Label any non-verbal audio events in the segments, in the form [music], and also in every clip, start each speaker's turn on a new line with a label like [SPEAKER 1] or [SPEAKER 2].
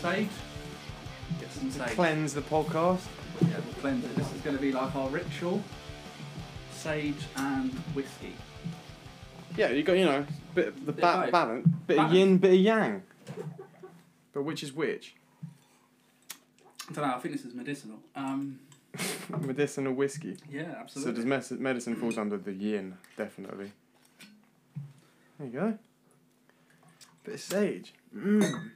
[SPEAKER 1] sage. Get some sage.
[SPEAKER 2] Cleanse the podcast.
[SPEAKER 1] Yeah, we'll cleanse it. This is going to be like our ritual. Sage and whiskey.
[SPEAKER 2] Yeah, you got you know, bit of the
[SPEAKER 1] Bit
[SPEAKER 2] ba-
[SPEAKER 1] of both.
[SPEAKER 2] balance, bit of
[SPEAKER 1] Balance.
[SPEAKER 2] yin, bit of yang. But which is which?
[SPEAKER 1] I don't know. I think this is medicinal. Um,
[SPEAKER 2] Medicinal whiskey.
[SPEAKER 1] yeah,
[SPEAKER 2] So
[SPEAKER 1] absolutely.
[SPEAKER 2] does mes- medicine falls under the yin, definitely. There you go. Bit of sage. Mm.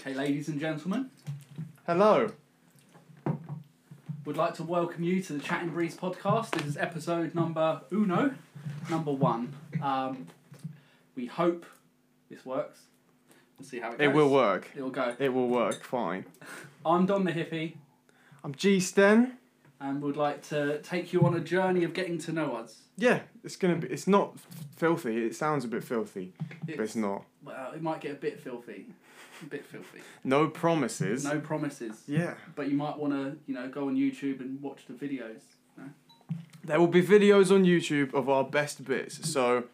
[SPEAKER 1] okay, ladies and gentlemen,
[SPEAKER 2] Hello.
[SPEAKER 1] would like to welcome you to the Chatting Breeze podcast. This is episode number uno, number one. Um, we hope this works. We'll see how it goes.
[SPEAKER 2] It will work.
[SPEAKER 1] It will go.
[SPEAKER 2] It will work fine.
[SPEAKER 1] I'm Don the hippie,
[SPEAKER 2] I'm G Sten.
[SPEAKER 1] and would like to take you on a journey of getting to know us.
[SPEAKER 2] Yeah, it's gonna be. It's not filthy. It sounds a bit filthy, but it's not.
[SPEAKER 1] Well, it might get a bit filthy, a bit filthy.
[SPEAKER 2] No promises.
[SPEAKER 1] No promises,
[SPEAKER 2] Yeah.
[SPEAKER 1] but you might want to, you know, go on YouTube and watch the videos. you know?
[SPEAKER 2] There will be videos on YouTube of our best bits. So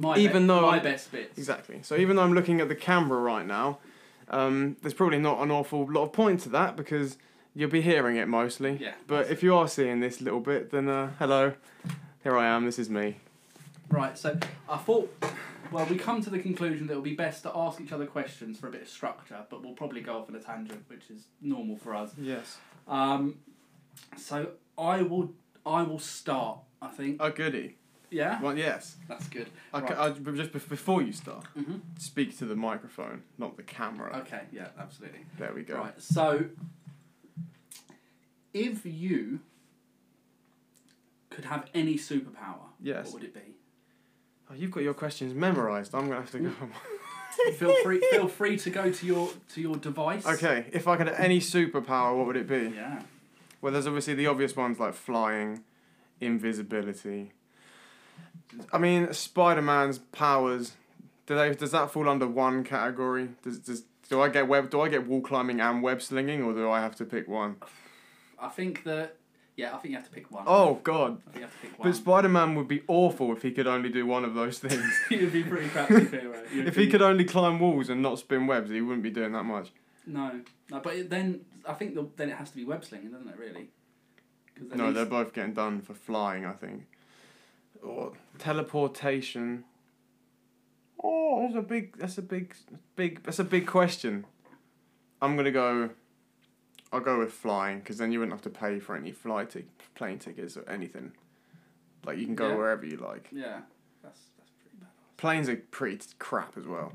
[SPEAKER 1] My
[SPEAKER 2] Even though-
[SPEAKER 1] my best bits.
[SPEAKER 2] Exactly. So even though I'm looking at the camera right now, um, there's probably not an awful lot of point to that because you'll be hearing it mostly.
[SPEAKER 1] Yeah.
[SPEAKER 2] But if you are seeing this little bit, then uh, hello, here I am. This is me.
[SPEAKER 1] Right, so I thought, well, we come to the conclusion that it would be best to ask each other questions for a bit of structure, but we'll probably go off on a tangent, which is normal for us.
[SPEAKER 2] Yes.
[SPEAKER 1] Um, so I will, I will start. I think.
[SPEAKER 2] Oh goody.
[SPEAKER 1] Yeah,
[SPEAKER 2] Well, yes.
[SPEAKER 1] that's good.
[SPEAKER 2] I ca- I- but just bef- before you start,
[SPEAKER 1] Mhm.
[SPEAKER 2] speak to the microphone, not the camera.
[SPEAKER 1] Okay, yeah, absolutely.
[SPEAKER 2] There we go.
[SPEAKER 1] Right, so if you could have any superpower,
[SPEAKER 2] Yes.
[SPEAKER 1] what would it be?
[SPEAKER 2] Oh, you've got your questions memorized. I'm gonna have to go.
[SPEAKER 1] Mm-hmm. feel free, feel free to go to your to your device.
[SPEAKER 2] [laughs] okay. If I could have any superpower, what would it be?
[SPEAKER 1] Yeah.
[SPEAKER 2] Well, there's obviously the obvious ones like flying, invisibility. I mean, Spider Man's powers. Do they? Does that fall under one category? Does, does do I get web? Do I get wall climbing and web slinging, or do I have to pick one?
[SPEAKER 1] I think that. Yeah, I think you have to pick one.
[SPEAKER 2] Oh God!
[SPEAKER 1] I think you have to pick one.
[SPEAKER 2] But Spider Man would be awful if he could only do one of those things.
[SPEAKER 1] [laughs] [laughs] You'd be pretty crap to be right? You'd
[SPEAKER 2] if he
[SPEAKER 1] be-
[SPEAKER 2] could only climb walls and not spin webs, he wouldn't be doing that much.
[SPEAKER 1] [laughs] No, no. But it, then I think the, then it has to be web slinging, doesn't it? Really. 'Cause at
[SPEAKER 2] No,
[SPEAKER 1] least-
[SPEAKER 2] they're both getting done for flying, I think. Or teleportation. Oh, that's a big. That's a big. Big. That's a big question. I'm gonna go. I'll go with flying because then you wouldn't have to pay for any flight tic- plane tickets or anything. Like you can go
[SPEAKER 1] Yeah.
[SPEAKER 2] wherever you like.
[SPEAKER 1] Yeah, that's that's pretty bad.
[SPEAKER 2] Planes are pretty crap as well.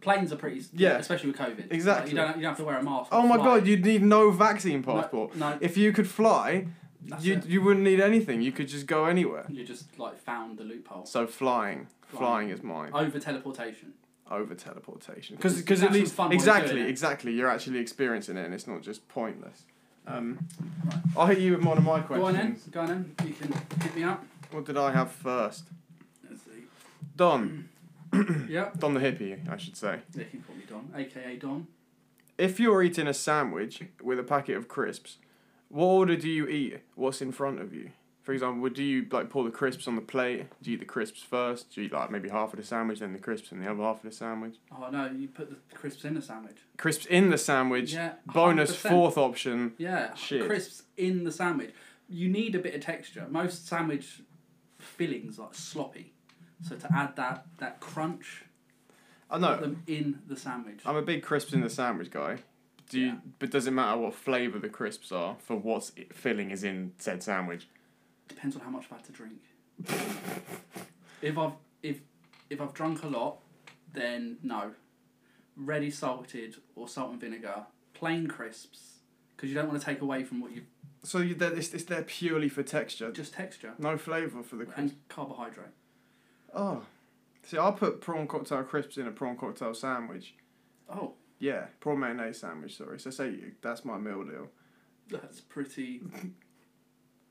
[SPEAKER 1] Planes are pretty.
[SPEAKER 2] Yeah.
[SPEAKER 1] Especially with COVID. Like,
[SPEAKER 2] Exactly.
[SPEAKER 1] you don't you don't have to wear a mask.
[SPEAKER 2] Oh
[SPEAKER 1] or
[SPEAKER 2] my
[SPEAKER 1] fly.
[SPEAKER 2] god, you'd need no vaccine passport.
[SPEAKER 1] No, no.
[SPEAKER 2] If you could fly,
[SPEAKER 1] That's
[SPEAKER 2] you
[SPEAKER 1] it.
[SPEAKER 2] you wouldn't need anything. You could just go anywhere.
[SPEAKER 1] You just like found the loophole
[SPEAKER 2] So flying,
[SPEAKER 1] Flying.
[SPEAKER 2] flying is mine.
[SPEAKER 1] over teleportation.
[SPEAKER 2] over teleportation
[SPEAKER 1] It's-
[SPEAKER 2] because
[SPEAKER 1] it's
[SPEAKER 2] at
[SPEAKER 1] actually
[SPEAKER 2] least
[SPEAKER 1] fun while you're
[SPEAKER 2] exactly
[SPEAKER 1] doing it.
[SPEAKER 2] exactly you're actually experiencing it and it's not just pointless. Um,
[SPEAKER 1] Right.
[SPEAKER 2] I'll hit you with one of my
[SPEAKER 1] Mm. Go on then.
[SPEAKER 2] questions.
[SPEAKER 1] Go on then. You can hit me up.
[SPEAKER 2] What did I have first?
[SPEAKER 1] Let's see.
[SPEAKER 2] Don,
[SPEAKER 1] [clears throat] Yep.
[SPEAKER 2] Don the hippie, I should say.
[SPEAKER 1] They can call me Don, aka Don.
[SPEAKER 2] If you're eating a sandwich with a packet of crisps, what order do you eat? What's in front of you? For example, would- do you like pour the crisps on the plate? Do you eat the crisps first? Do you eat like maybe half of the sandwich, then the crisps, and the other half of the sandwich?
[SPEAKER 1] Oh no, you put the crisps in the sandwich.
[SPEAKER 2] Crisps in the sandwich.
[SPEAKER 1] Yeah.
[SPEAKER 2] Bonus
[SPEAKER 1] 100%.
[SPEAKER 2] fourth option.
[SPEAKER 1] Yeah.
[SPEAKER 2] Shit.
[SPEAKER 1] Crisps in the sandwich. You need a bit of texture. Most sandwich fillings are sloppy. So to add that that crunch,
[SPEAKER 2] I know.
[SPEAKER 1] put them in the sandwich.
[SPEAKER 2] I'm a big crisps in the sandwich guy. Do you,
[SPEAKER 1] Yeah.
[SPEAKER 2] but does it matter what flavour the crisps are for what filling is in said sandwich?
[SPEAKER 1] Depends on how much I've had to drink. if I've if if I've drunk a lot, then no. Ready salted or salt and vinegar, plain crisps, because you don't want to take away from what you
[SPEAKER 2] So you, they're, it's, it's there purely for texture,
[SPEAKER 1] just texture
[SPEAKER 2] no flavour for the
[SPEAKER 1] and
[SPEAKER 2] crisps.
[SPEAKER 1] carbohydrate.
[SPEAKER 2] Oh, see, I'll put prawn cocktail crisps in a prawn cocktail sandwich.
[SPEAKER 1] Oh,
[SPEAKER 2] Yeah, prawn mayonnaise sandwich. Sorry, so say you- that's my meal deal.
[SPEAKER 1] that's pretty.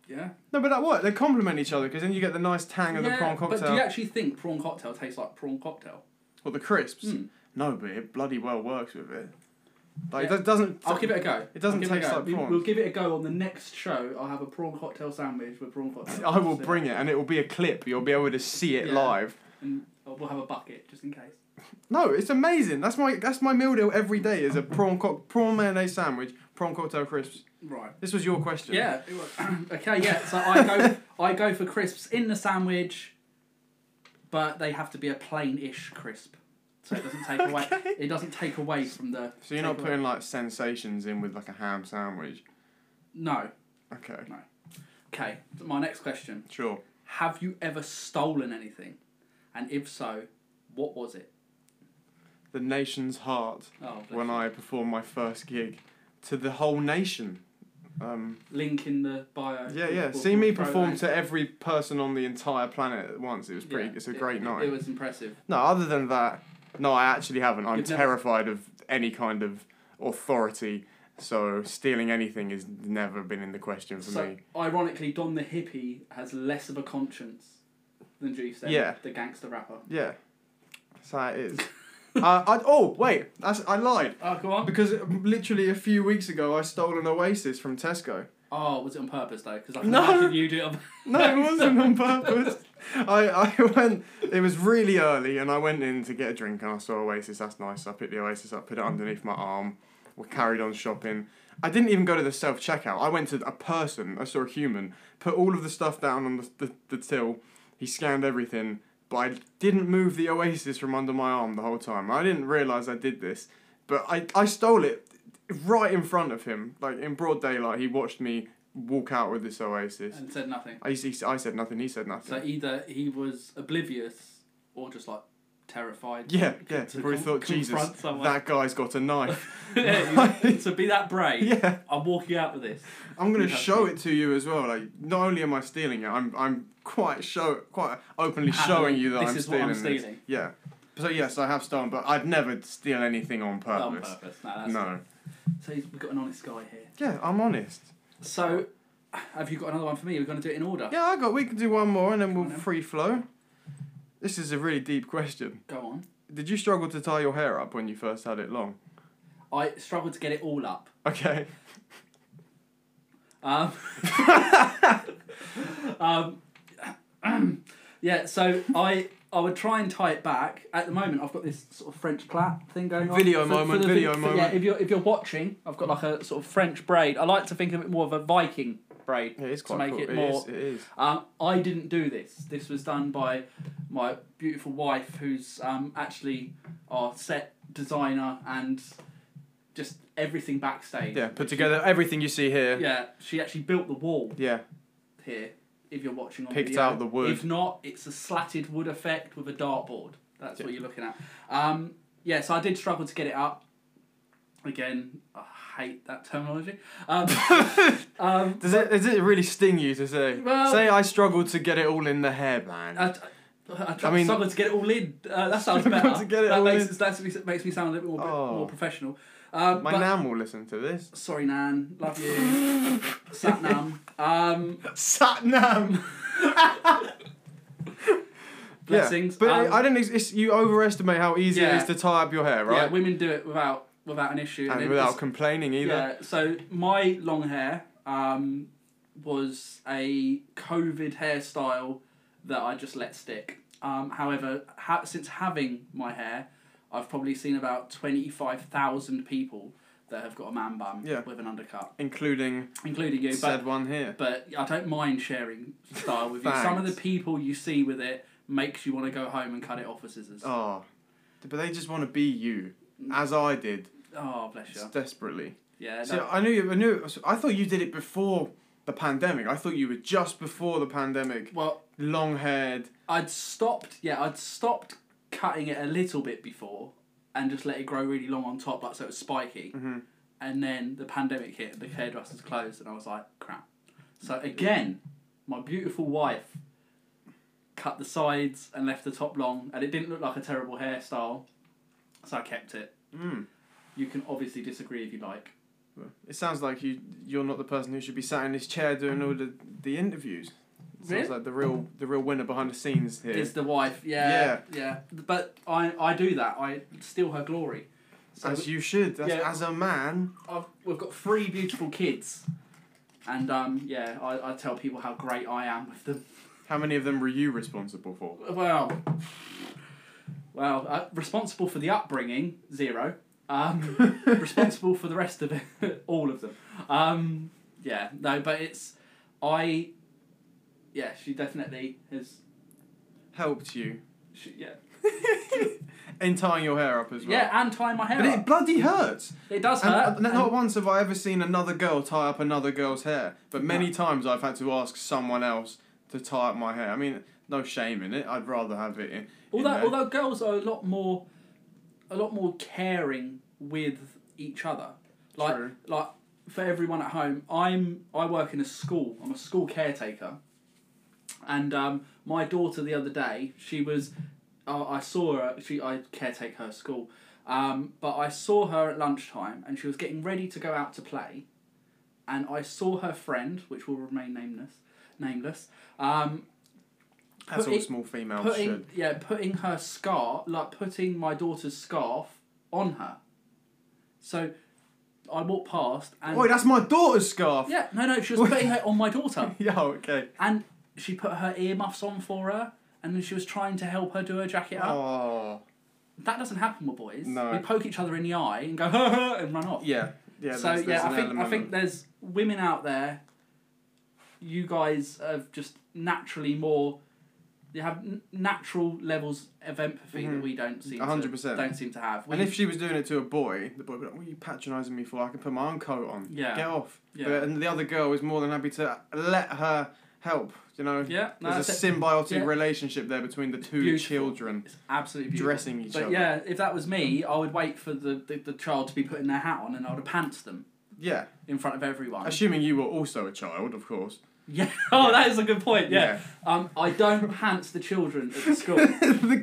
[SPEAKER 1] Yeah.
[SPEAKER 2] No, but that what they complement each other because then you get the nice tang of the
[SPEAKER 1] Yeah,
[SPEAKER 2] prawn
[SPEAKER 1] But do
[SPEAKER 2] cocktail
[SPEAKER 1] you actually think prawn cocktail tastes like prawn cocktail?
[SPEAKER 2] or the crisps.
[SPEAKER 1] Hmm.
[SPEAKER 2] No, but it bloody well works with it. Like
[SPEAKER 1] Yeah.
[SPEAKER 2] it doesn't.
[SPEAKER 1] I'll give it a go.
[SPEAKER 2] Oh, It doesn't
[SPEAKER 1] I'll give a
[SPEAKER 2] taste
[SPEAKER 1] go.
[SPEAKER 2] like
[SPEAKER 1] We-
[SPEAKER 2] prawn.
[SPEAKER 1] We'll give it a go on the next show. I'll have a prawn cocktail sandwich with prawn cocktail.
[SPEAKER 2] [laughs] [laughs] I will
[SPEAKER 1] See.
[SPEAKER 2] bring it, and it will be a clip. You'll be able to see it
[SPEAKER 1] Yeah.
[SPEAKER 2] live.
[SPEAKER 1] and we'll have a bucket just in case.
[SPEAKER 2] No, it's amazing. That's my that's my meal deal every day is a prawn co- prawn mayonnaise sandwich, prawn cocktail crisps.
[SPEAKER 1] Right.
[SPEAKER 2] This was your question.
[SPEAKER 1] Yeah. it was- [clears throat] okay. Yeah. So I go. I go for crisps in the sandwich, but they have to be a plain-ish crisp, so it doesn't take away.
[SPEAKER 2] Okay.
[SPEAKER 1] It doesn't take away from the.
[SPEAKER 2] So you're not
[SPEAKER 1] take away-
[SPEAKER 2] putting like sensations in with like a ham sandwich.
[SPEAKER 1] No.
[SPEAKER 2] Okay.
[SPEAKER 1] Okay. My next question:
[SPEAKER 2] Sure.
[SPEAKER 1] Have you ever stolen anything, and if so, what was it?
[SPEAKER 2] The nation's heart
[SPEAKER 1] Oh, bless
[SPEAKER 2] when
[SPEAKER 1] you.
[SPEAKER 2] I performed my first gig to the whole nation. Um,
[SPEAKER 1] link in the bio.
[SPEAKER 2] yeah,
[SPEAKER 1] We'll-
[SPEAKER 2] yeah.
[SPEAKER 1] we'll-
[SPEAKER 2] See
[SPEAKER 1] we'll
[SPEAKER 2] me
[SPEAKER 1] throw
[SPEAKER 2] perform
[SPEAKER 1] that
[SPEAKER 2] to every person on the entire planet at once. It was
[SPEAKER 1] in.
[SPEAKER 2] pretty.
[SPEAKER 1] Yeah,
[SPEAKER 2] It's a
[SPEAKER 1] it-
[SPEAKER 2] great night.
[SPEAKER 1] It was impressive.
[SPEAKER 2] No, other than that, no, I actually haven't. I'm
[SPEAKER 1] You've never-
[SPEAKER 2] terrified of any kind of authority, so stealing anything has never been in the question for
[SPEAKER 1] So
[SPEAKER 2] me.
[SPEAKER 1] ironically, Don the hippie has less of a conscience than Juice. Then,
[SPEAKER 2] Yeah.
[SPEAKER 1] The gangster rapper.
[SPEAKER 2] Yeah, that's how it [laughs] is. uh, I, oh, wait, that's, I lied.
[SPEAKER 1] Oh, go on.
[SPEAKER 2] Because literally a few weeks ago, I stole an Oasis from Tesco.
[SPEAKER 1] Oh, was it on purpose though? Because I can
[SPEAKER 2] No.
[SPEAKER 1] imagine you do it. On...
[SPEAKER 2] [laughs] No, it wasn't on purpose. I, I went, it was really early, and I went in to get a drink and I saw Oasis. That's nice. I picked the Oasis up, put it underneath my arm. We carried on shopping. I didn't even go to the self checkout. I went to a person, I saw a human, put all of the stuff down on the, the, the till. He scanned everything, but I didn't move the Oasis from under my arm the whole time. I didn't realise I did this, but I, I stole it right in front of him. Like in broad daylight, he watched me walk out with this
[SPEAKER 1] [laughs]
[SPEAKER 2] Oasis.
[SPEAKER 1] and said nothing.
[SPEAKER 2] I, he, I said nothing, he said nothing.
[SPEAKER 1] So either he was oblivious or just like terrified.
[SPEAKER 2] yeah, yeah.
[SPEAKER 1] to
[SPEAKER 2] He probably
[SPEAKER 1] con-
[SPEAKER 2] thought, Jesus,
[SPEAKER 1] confront someone."
[SPEAKER 2] that guy's got a knife.
[SPEAKER 1] [laughs] Yeah, he was- to be that brave.
[SPEAKER 2] yeah,
[SPEAKER 1] I'm walking out with this.
[SPEAKER 2] I'm gonna
[SPEAKER 1] You'd have
[SPEAKER 2] show
[SPEAKER 1] to.
[SPEAKER 2] it to you as well. Like, not only am I stealing it, I'm I'm quite show quite openly showing you that
[SPEAKER 1] this
[SPEAKER 2] I'm
[SPEAKER 1] is
[SPEAKER 2] stealing
[SPEAKER 1] what I'm
[SPEAKER 2] this.
[SPEAKER 1] stealing.
[SPEAKER 2] Yeah. So yes, I have stolen, but I'd never steal anything on
[SPEAKER 1] On
[SPEAKER 2] purpose.
[SPEAKER 1] purpose. No, that's
[SPEAKER 2] no.
[SPEAKER 1] So he's, we've got an honest guy here.
[SPEAKER 2] Yeah, I'm honest.
[SPEAKER 1] So, have you got another one for me? We're going to do it in order.
[SPEAKER 2] Yeah, I got. We can do one more, and then
[SPEAKER 1] on
[SPEAKER 2] we'll
[SPEAKER 1] then.
[SPEAKER 2] free flow. This is a really deep question.
[SPEAKER 1] Go on.
[SPEAKER 2] Did you struggle to tie your hair up when you first had it long? [laughs]
[SPEAKER 1] I struggled to get it all up.
[SPEAKER 2] Okay.
[SPEAKER 1] Um, [laughs] um, [clears throat] yeah, so I I would try and tie it back. At the moment, I've got this sort of French plait thing going on.
[SPEAKER 2] Video moment,
[SPEAKER 1] the vi-
[SPEAKER 2] video
[SPEAKER 1] Yeah,
[SPEAKER 2] moment.
[SPEAKER 1] if you're if you're watching, I've got like a sort of French braid. I like to think of it more of a Viking braid.
[SPEAKER 2] It is
[SPEAKER 1] To make
[SPEAKER 2] quite cool.
[SPEAKER 1] it
[SPEAKER 2] It
[SPEAKER 1] more-
[SPEAKER 2] is, It is.
[SPEAKER 1] Um, I didn't do this. This was done by my beautiful wife, who's um, actually our set designer and just everything backstage.
[SPEAKER 2] Yeah, put together everything you see here. Yeah.
[SPEAKER 1] Yeah, she actually built the wall here if you're watching on
[SPEAKER 2] Picked
[SPEAKER 1] video.
[SPEAKER 2] out the wood.
[SPEAKER 1] If not, it's a slatted wood effect with a dartboard. That's what you're looking at. Um, yeah, so I did struggle to get it up. Again, I hate that terminology.
[SPEAKER 2] [laughs]
[SPEAKER 1] Um, um,
[SPEAKER 2] Does it, does it really sting you to say?
[SPEAKER 1] Well- Uh,
[SPEAKER 2] say I struggled to get it all in the hairband.
[SPEAKER 1] I, I, I tried
[SPEAKER 2] I mean-
[SPEAKER 1] struggled to get it all in. Uh, that sounds
[SPEAKER 2] Struggled
[SPEAKER 1] better.
[SPEAKER 2] to get it
[SPEAKER 1] that
[SPEAKER 2] all
[SPEAKER 1] makes,
[SPEAKER 2] in.
[SPEAKER 1] that's- that makes me sound a little bit more,
[SPEAKER 2] Oh.
[SPEAKER 1] more professional. Um,
[SPEAKER 2] My
[SPEAKER 1] but-
[SPEAKER 2] nan will listen to
[SPEAKER 1] [laughs]
[SPEAKER 2] this.
[SPEAKER 1] Sorry, Nan. Love you.
[SPEAKER 2] [laughs]
[SPEAKER 1] Sat Nam. Um,
[SPEAKER 2] Sat nam.
[SPEAKER 1] [laughs] blessings.
[SPEAKER 2] Yeah, but
[SPEAKER 1] Um,
[SPEAKER 2] I don't. ex- It's, you overestimate how easy
[SPEAKER 1] Yeah.
[SPEAKER 2] it is to tie up your hair,
[SPEAKER 1] Yeah,
[SPEAKER 2] right?
[SPEAKER 1] women do it without without an issue.
[SPEAKER 2] and
[SPEAKER 1] it-
[SPEAKER 2] without
[SPEAKER 1] it's-
[SPEAKER 2] complaining either.
[SPEAKER 1] Yeah, so my long hair um, was a COVID hairstyle that I just let stick. Um, however, ha- since having my hair, I've probably seen about 25,000 people that have got a man bun
[SPEAKER 2] Yeah.
[SPEAKER 1] with an undercut,
[SPEAKER 2] Including
[SPEAKER 1] including you. But,
[SPEAKER 2] said one here.
[SPEAKER 1] but I don't mind sharing style with you. Some of the
[SPEAKER 2] Thanks.
[SPEAKER 1] people you see with it makes you want to go home and cut it off with scissors. Oh,
[SPEAKER 2] Oh, but they just want to be you, as I did,
[SPEAKER 1] Oh, bless you.
[SPEAKER 2] s- desperately.
[SPEAKER 1] Mm. Yeah,
[SPEAKER 2] So
[SPEAKER 1] no,
[SPEAKER 2] I knew. You, I knew. I thought you did it before the pandemic. I thought you were just before the pandemic,
[SPEAKER 1] well,
[SPEAKER 2] long haired.
[SPEAKER 1] I'd stopped. Yeah, I'd stopped cutting it a little bit before, and just let it grow really long on top, like so it was spiky.
[SPEAKER 2] Mhm.
[SPEAKER 1] And then the pandemic hit, and the hairdressers closed, and I was like, crap. So again, my beautiful wife cut the sides and left the top long, and it didn't look like a terrible hairstyle, so I kept it.
[SPEAKER 2] Mm.
[SPEAKER 1] You can obviously disagree if you like.
[SPEAKER 2] It sounds like you you're not the person who should be sat in this chair doing all the, the interviews. It
[SPEAKER 1] Um, Really?
[SPEAKER 2] Sounds like the real the real winner behind the scenes here.
[SPEAKER 1] Is the wife? Yeah, yeah, But I, I do that. I steal her glory. So
[SPEAKER 2] as you should. As,
[SPEAKER 1] Yeah.
[SPEAKER 2] as a man.
[SPEAKER 1] I've, we've got three beautiful kids, and um, yeah, I, I tell people how great I am with them.
[SPEAKER 2] How many of them were you responsible for?
[SPEAKER 1] Well, Well, uh, responsible for the upbringing, zero.
[SPEAKER 2] [laughs]
[SPEAKER 1] Um, responsible for the rest of it, [laughs] all of them. Um, yeah, no, but it's I. Yeah, she definitely has. [laughs]
[SPEAKER 2] Helped you
[SPEAKER 1] She, yeah,
[SPEAKER 2] in tying your hair up as well.
[SPEAKER 1] yeah, and tying my hair.
[SPEAKER 2] But it
[SPEAKER 1] up.
[SPEAKER 2] bloody hurts.
[SPEAKER 1] It does
[SPEAKER 2] And,
[SPEAKER 1] hurt.
[SPEAKER 2] uh, not
[SPEAKER 1] and-
[SPEAKER 2] once have I ever seen another girl tie up another girl's hair, but many times I've had to ask someone else to tie up my hair. I mean, no shame in it. I'd rather have it in. in
[SPEAKER 1] although
[SPEAKER 2] there.
[SPEAKER 1] although girls are a lot more, a lot more caring with each other. Like
[SPEAKER 2] True.
[SPEAKER 1] like for everyone at home, I'm I work in a school. I'm a school caretaker, and um, my daughter the other day she was, uh, I saw her. She I caretake her school, um, but I saw her at lunchtime and she was getting ready to go out to play, and I saw her friend, which will remain nameless, nameless, um,
[SPEAKER 2] that's all
[SPEAKER 1] putting-
[SPEAKER 2] small females
[SPEAKER 1] putting
[SPEAKER 2] should.
[SPEAKER 1] yeah putting her scarf like putting my daughter's scarf on her so i walked past and
[SPEAKER 2] Wait, that's my daughter's scarf.
[SPEAKER 1] yeah no no she was putting it on my daughter
[SPEAKER 2] [laughs] Yeah, okay.
[SPEAKER 1] and she put her earmuffs on for her and then she was trying to help her do her jacket up
[SPEAKER 2] Oh.
[SPEAKER 1] that doesn't happen with boys
[SPEAKER 2] No.
[SPEAKER 1] we poke each other in the eye and go [laughs] ha ha and run off
[SPEAKER 2] Yeah. Yeah.
[SPEAKER 1] so
[SPEAKER 2] there's, there's
[SPEAKER 1] yeah
[SPEAKER 2] an
[SPEAKER 1] i think i
[SPEAKER 2] element
[SPEAKER 1] think
[SPEAKER 2] of-
[SPEAKER 1] there's women out there you guys have just naturally more you have n- natural levels of empathy that we don't seem
[SPEAKER 2] Mm-hmm. A hundred
[SPEAKER 1] to
[SPEAKER 2] percent.
[SPEAKER 1] don't seem to have. We,
[SPEAKER 2] And if she was doing it to a boy, the boy would be like, "What are you patronising me for? I can put my own coat on.
[SPEAKER 1] Yeah.
[SPEAKER 2] Get off."
[SPEAKER 1] Yeah.
[SPEAKER 2] But, and the other girl is more than happy to let her help. You know.
[SPEAKER 1] yeah, no,
[SPEAKER 2] There's a
[SPEAKER 1] that's it.
[SPEAKER 2] symbiotic
[SPEAKER 1] Yeah.
[SPEAKER 2] relationship there between the two
[SPEAKER 1] Beautiful.
[SPEAKER 2] children
[SPEAKER 1] it's absolutely beautiful.
[SPEAKER 2] dressing each
[SPEAKER 1] but
[SPEAKER 2] other.
[SPEAKER 1] yeah, if that was me, I would wait for the, the, the child to be putting their hat on, and I would have pantsed them
[SPEAKER 2] Yeah.
[SPEAKER 1] in front of everyone.
[SPEAKER 2] Assuming you were also a child, of course.
[SPEAKER 1] [laughs]
[SPEAKER 2] [laughs]
[SPEAKER 1] yeah. Oh, that is a good point. Yeah. Um, I don't pants the children at the
[SPEAKER 2] [laughs]
[SPEAKER 1] school.
[SPEAKER 2] the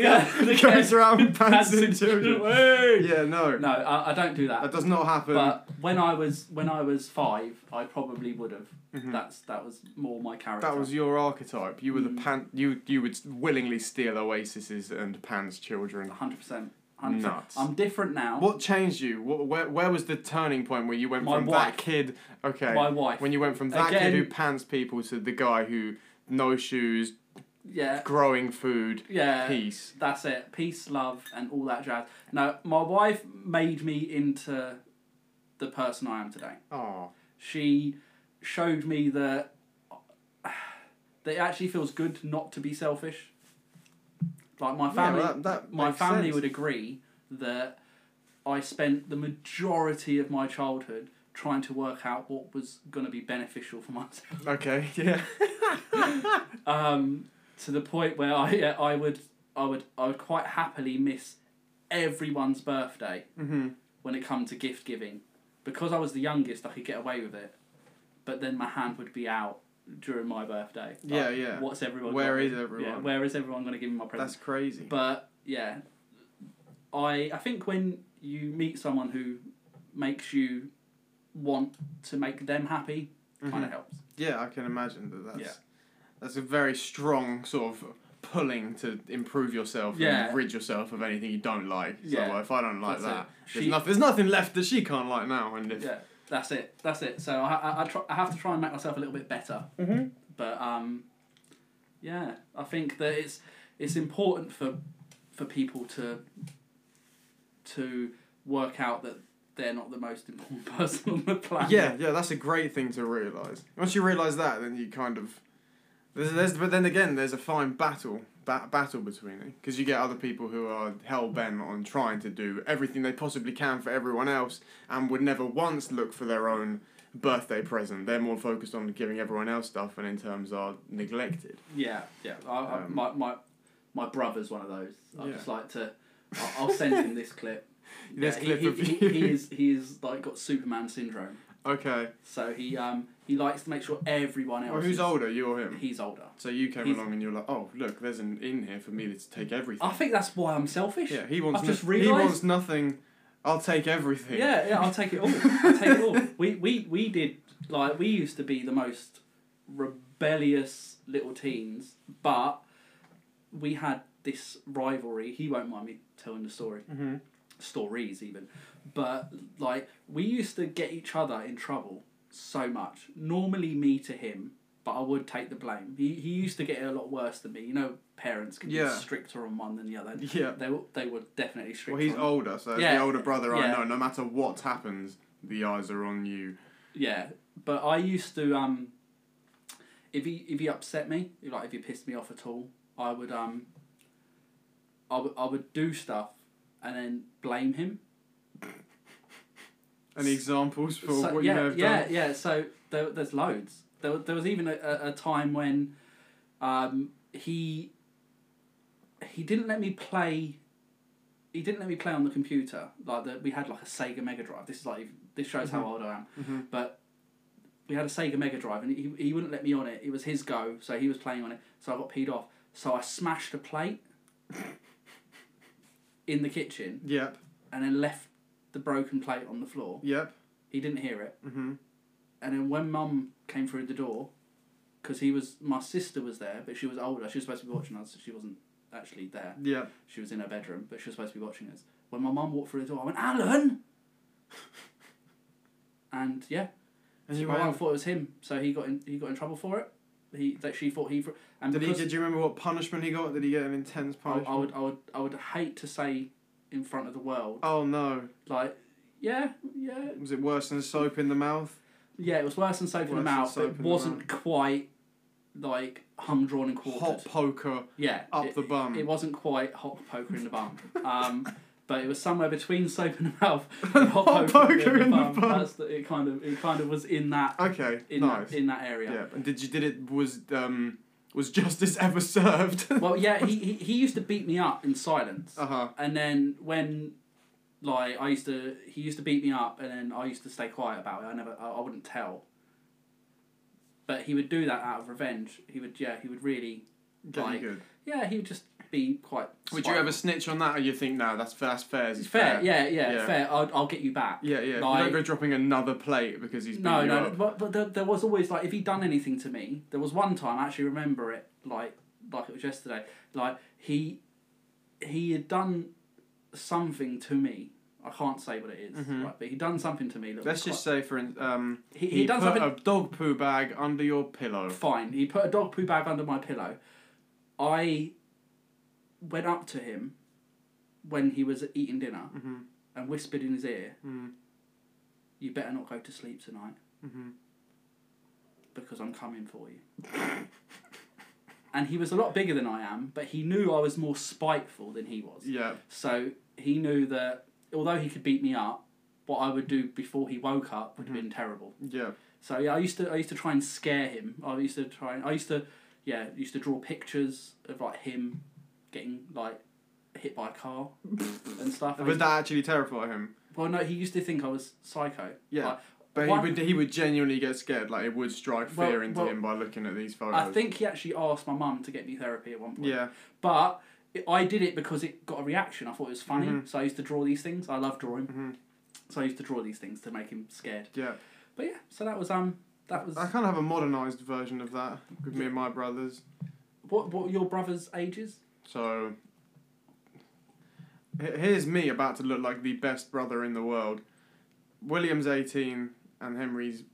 [SPEAKER 1] [laughs] Yeah, the
[SPEAKER 2] goes
[SPEAKER 1] caretaker [laughs]
[SPEAKER 2] around
[SPEAKER 1] Pants
[SPEAKER 2] pantsing
[SPEAKER 1] [laughs]
[SPEAKER 2] children.
[SPEAKER 1] Hey!
[SPEAKER 2] Yeah, no,
[SPEAKER 1] No, I, I don't do that.
[SPEAKER 2] That does not happen.
[SPEAKER 1] But when I was when I was five, I probably would have. That's that was more my character.
[SPEAKER 2] Mm-hmm. that was your archetype. You were
[SPEAKER 1] Mm.
[SPEAKER 2] the pant. You you would willingly steal Oasis's and Pan's children.
[SPEAKER 1] hundred percent.
[SPEAKER 2] Nuts.
[SPEAKER 1] I'm different now.
[SPEAKER 2] What changed you? What, where, where was the turning point where you went
[SPEAKER 1] My
[SPEAKER 2] from
[SPEAKER 1] wife.
[SPEAKER 2] that kid? Okay.
[SPEAKER 1] My wife.
[SPEAKER 2] When you went from that
[SPEAKER 1] Again-
[SPEAKER 2] kid who pants people to the guy who no shoes,
[SPEAKER 1] Yeah,
[SPEAKER 2] growing food,
[SPEAKER 1] yeah.
[SPEAKER 2] peace.
[SPEAKER 1] That's it. Peace, love, and all that jazz. No, my wife made me into the person I am today.
[SPEAKER 2] Oh,
[SPEAKER 1] She showed me that that it actually feels good not to be selfish. Like my family,
[SPEAKER 2] that- that
[SPEAKER 1] my
[SPEAKER 2] makes
[SPEAKER 1] family
[SPEAKER 2] sense.
[SPEAKER 1] would agree that I spent the majority of my childhood trying to work out what was going to be beneficial for [laughs] myself.
[SPEAKER 2] okay, [laughs]
[SPEAKER 1] [laughs]
[SPEAKER 2] yeah.
[SPEAKER 1] um, to the point where I yeah, I would I would I would quite happily miss everyone's birthday
[SPEAKER 2] Mm-hmm.
[SPEAKER 1] when it come to gift giving because I was the youngest I could get away with it but then my hand would be out during my birthday Like,
[SPEAKER 2] Yeah, yeah.
[SPEAKER 1] what's everyone
[SPEAKER 2] Where
[SPEAKER 1] got-
[SPEAKER 2] is
[SPEAKER 1] yeah,
[SPEAKER 2] everyone?
[SPEAKER 1] where is everyone going to give me my present
[SPEAKER 2] That's crazy.
[SPEAKER 1] but yeah I I think when you meet someone who makes you want to make them happy kind of helps
[SPEAKER 2] Yeah, I can imagine that. That's that's a very strong sort of pulling to improve yourself
[SPEAKER 1] Yeah.
[SPEAKER 2] and rid yourself of anything you don't like.
[SPEAKER 1] Yeah.
[SPEAKER 2] So well, if I don't like
[SPEAKER 1] That's
[SPEAKER 2] that,
[SPEAKER 1] it.
[SPEAKER 2] there's,
[SPEAKER 1] She-
[SPEAKER 2] noth- there's nothing left that she can't like now. And if
[SPEAKER 1] Yeah, that's it. That's it. So I, I, I, try, I have to try and make myself a little bit better.
[SPEAKER 2] Mhm.
[SPEAKER 1] But um, yeah, I think that it's it's important for for people to to work out that they're not the most [laughs] important person on the planet.
[SPEAKER 2] yeah, yeah, that's a great thing to realize. Once you realize that, then you kind of there's, there's but then again, there's a fine battle ba- battle between it because you get other people who are hell bent on trying to do everything they possibly can for everyone else and would never once look for their own birthday present. They're more focused on giving everyone else stuff, and in terms are neglected.
[SPEAKER 1] Yeah, yeah. I, I,
[SPEAKER 2] Um,
[SPEAKER 1] my, my my brother's one of those. I
[SPEAKER 2] Yeah.
[SPEAKER 1] just like to. I- I'll send him this
[SPEAKER 2] [laughs]
[SPEAKER 1] clip.
[SPEAKER 2] This
[SPEAKER 1] Yeah,
[SPEAKER 2] clip
[SPEAKER 1] he,
[SPEAKER 2] of
[SPEAKER 1] he,
[SPEAKER 2] you.
[SPEAKER 1] he, he is he is like got Superman syndrome.
[SPEAKER 2] [laughs] Okay,
[SPEAKER 1] So he um he likes to make sure everyone else.
[SPEAKER 2] well, Oh, who's
[SPEAKER 1] is-
[SPEAKER 2] older, you or him?
[SPEAKER 1] He's older.
[SPEAKER 2] So you came
[SPEAKER 1] He's-
[SPEAKER 2] along and you're like, oh look, there's an in here for me to take everything.
[SPEAKER 1] I think that's why I'm selfish.
[SPEAKER 2] Yeah, he wants.
[SPEAKER 1] I've
[SPEAKER 2] no-
[SPEAKER 1] just
[SPEAKER 2] he
[SPEAKER 1] realised-
[SPEAKER 2] wants nothing. I'll take everything.
[SPEAKER 1] Yeah, yeah, I'll take it all. I'll take it
[SPEAKER 2] [laughs]
[SPEAKER 1] all. We, we, we did, like, we used to be the most rebellious little teens, but we had this rivalry. He won't mind me telling the story,
[SPEAKER 2] Mm-hmm.
[SPEAKER 1] stories even. But, like, we used to get each other in trouble so much. Normally, me to him, but I would take the blame. He, he used to get it a lot worse than me. You know, parents can
[SPEAKER 2] Yeah.
[SPEAKER 1] be stricter on one than the other.
[SPEAKER 2] Yeah.
[SPEAKER 1] They, were- they were definitely stricter
[SPEAKER 2] Well, he's
[SPEAKER 1] on
[SPEAKER 2] older, so as
[SPEAKER 1] Yeah,
[SPEAKER 2] the older brother I
[SPEAKER 1] yeah.
[SPEAKER 2] know, no matter what happens, the eyes are on you.
[SPEAKER 1] Yeah, but I used to um. If he if he upset me, like if he pissed me off at all, I would um. I would I would do stuff, and then blame him.
[SPEAKER 2] Any examples for
[SPEAKER 1] So-
[SPEAKER 2] what
[SPEAKER 1] yeah,
[SPEAKER 2] you may have
[SPEAKER 1] yeah,
[SPEAKER 2] done?
[SPEAKER 1] yeah. So there, there's loads. There, there was even a, a, a time when, um, he. He didn't let me play. He didn't let me play on the computer. Like that, we had like a Sega Mega Drive. This is like this shows how old I am.
[SPEAKER 2] Mhm.
[SPEAKER 1] But we had a Sega Mega Drive, and he, he wouldn't let me on it. It was his go, so he was playing on it. So I got peed off. So I smashed a
[SPEAKER 2] [laughs]
[SPEAKER 1] plate in the kitchen,
[SPEAKER 2] Yep,
[SPEAKER 1] and then left the broken plate on the floor.
[SPEAKER 2] yep.
[SPEAKER 1] He didn't hear it.
[SPEAKER 2] hmm
[SPEAKER 1] And then when mum came through the door, because he was my sister was there, but she was older. She was supposed to be watching us. She wasn't actually there.
[SPEAKER 2] Yep.
[SPEAKER 1] She was in her bedroom, but she was supposed to be watching us. When my mum walked through the door, I went, Alan. [laughs] and yeah,
[SPEAKER 2] And
[SPEAKER 1] so
[SPEAKER 2] you
[SPEAKER 1] my mum
[SPEAKER 2] went,
[SPEAKER 1] thought it was him, so he got in. He got in trouble for it. He that she thought he. For, and
[SPEAKER 2] did, he,
[SPEAKER 1] because
[SPEAKER 2] did you remember what punishment he got? Did he get an intense
[SPEAKER 1] I,
[SPEAKER 2] punishment?
[SPEAKER 1] I would I would I would hate to say in front of the world
[SPEAKER 2] oh no.
[SPEAKER 1] like yeah yeah
[SPEAKER 2] Was it worse than soap in the mouth?
[SPEAKER 1] yeah it was worse than soap in the
[SPEAKER 2] Worse than
[SPEAKER 1] mouth,
[SPEAKER 2] soap
[SPEAKER 1] but
[SPEAKER 2] in the
[SPEAKER 1] wasn't quite like hung drawn and quartered.
[SPEAKER 2] Hot poker
[SPEAKER 1] Yeah.
[SPEAKER 2] up
[SPEAKER 1] it,
[SPEAKER 2] the bum.
[SPEAKER 1] It wasn't quite hot poker in the
[SPEAKER 2] [laughs]
[SPEAKER 1] bum. Um, but it was somewhere between soap in the mouth and hot, poker, in, the bum. That's the, it kind of it kind of was in that
[SPEAKER 2] okay,
[SPEAKER 1] in
[SPEAKER 2] nice.
[SPEAKER 1] that in that area.
[SPEAKER 2] yeah. And did you did it was um was justice [laughs] ever served?
[SPEAKER 1] Well, yeah, he, he he used to beat me up in silence.
[SPEAKER 2] uh huh.
[SPEAKER 1] And then when like I used to he used to beat me up and then I used to stay quiet about it. I never I, I wouldn't tell. But he would do that out of revenge. He would yeah, he would really
[SPEAKER 2] Getting
[SPEAKER 1] Like,
[SPEAKER 2] good.
[SPEAKER 1] yeah, he would just be quite
[SPEAKER 2] Would you
[SPEAKER 1] spiteful.
[SPEAKER 2] ever snitch on that, or you think no, that's that's fair? It's
[SPEAKER 1] It's fair, Yeah, yeah,
[SPEAKER 2] Yeah.
[SPEAKER 1] fair. I'll, I'll get you back.
[SPEAKER 2] Yeah, yeah. you
[SPEAKER 1] Like-
[SPEAKER 2] don't go dropping another plate because he's beating
[SPEAKER 1] No,
[SPEAKER 2] you
[SPEAKER 1] no,
[SPEAKER 2] up.
[SPEAKER 1] but, but there, there was always like if he'd done anything to me, there was one time I actually remember it like like it was yesterday. Like he he had done something to me. I can't say what it is,
[SPEAKER 2] Mhm.
[SPEAKER 1] right, but he'd done something to me. That
[SPEAKER 2] Let's
[SPEAKER 1] was
[SPEAKER 2] just say, for in- um,
[SPEAKER 1] quite- he
[SPEAKER 2] he,
[SPEAKER 1] he done
[SPEAKER 2] put
[SPEAKER 1] something
[SPEAKER 2] a dog poo bag under your pillow.
[SPEAKER 1] fine. He put a dog poo bag under my pillow. I went up to him when he was eating dinner
[SPEAKER 2] Mm-hmm.
[SPEAKER 1] and whispered in his ear,
[SPEAKER 2] Mm-hmm.
[SPEAKER 1] "You better not go to sleep tonight." because I'm coming for you. [laughs] and he was a lot bigger than I am, but he knew I was more spiteful than he was.
[SPEAKER 2] Yeah.
[SPEAKER 1] So he knew that although he could beat me up, what I would do before he woke up would
[SPEAKER 2] Mm-hmm.
[SPEAKER 1] have been terrible.
[SPEAKER 2] Yeah.
[SPEAKER 1] [laughs] So yeah, I used to I used to try and scare him. I used to try and I used to yeah, used to draw pictures of like him getting like hit by a car and stuff. I
[SPEAKER 2] But
[SPEAKER 1] used-
[SPEAKER 2] that actually terrified him.
[SPEAKER 1] well no, he used to think I was psycho.
[SPEAKER 2] Yeah.
[SPEAKER 1] Like,
[SPEAKER 2] But he
[SPEAKER 1] one-
[SPEAKER 2] would he would genuinely get scared. Like it would strike fear
[SPEAKER 1] Well-
[SPEAKER 2] into
[SPEAKER 1] well,
[SPEAKER 2] him by looking at these photos.
[SPEAKER 1] I think he actually asked my mum to get me therapy at one point.
[SPEAKER 2] Yeah.
[SPEAKER 1] But it, I did it because it got a reaction. I thought it was funny,
[SPEAKER 2] Mhm.
[SPEAKER 1] so I used to draw these things. I love drawing,
[SPEAKER 2] Mhm.
[SPEAKER 1] so I used to draw these things to make him scared.
[SPEAKER 2] Yeah.
[SPEAKER 1] But yeah, so that was um, that was
[SPEAKER 2] I kind of have a modernised version of that with me and my brothers.
[SPEAKER 1] what what were your brother's ages?
[SPEAKER 2] So he- here's me about to look like the best brother in the world. William's 18 and Henry's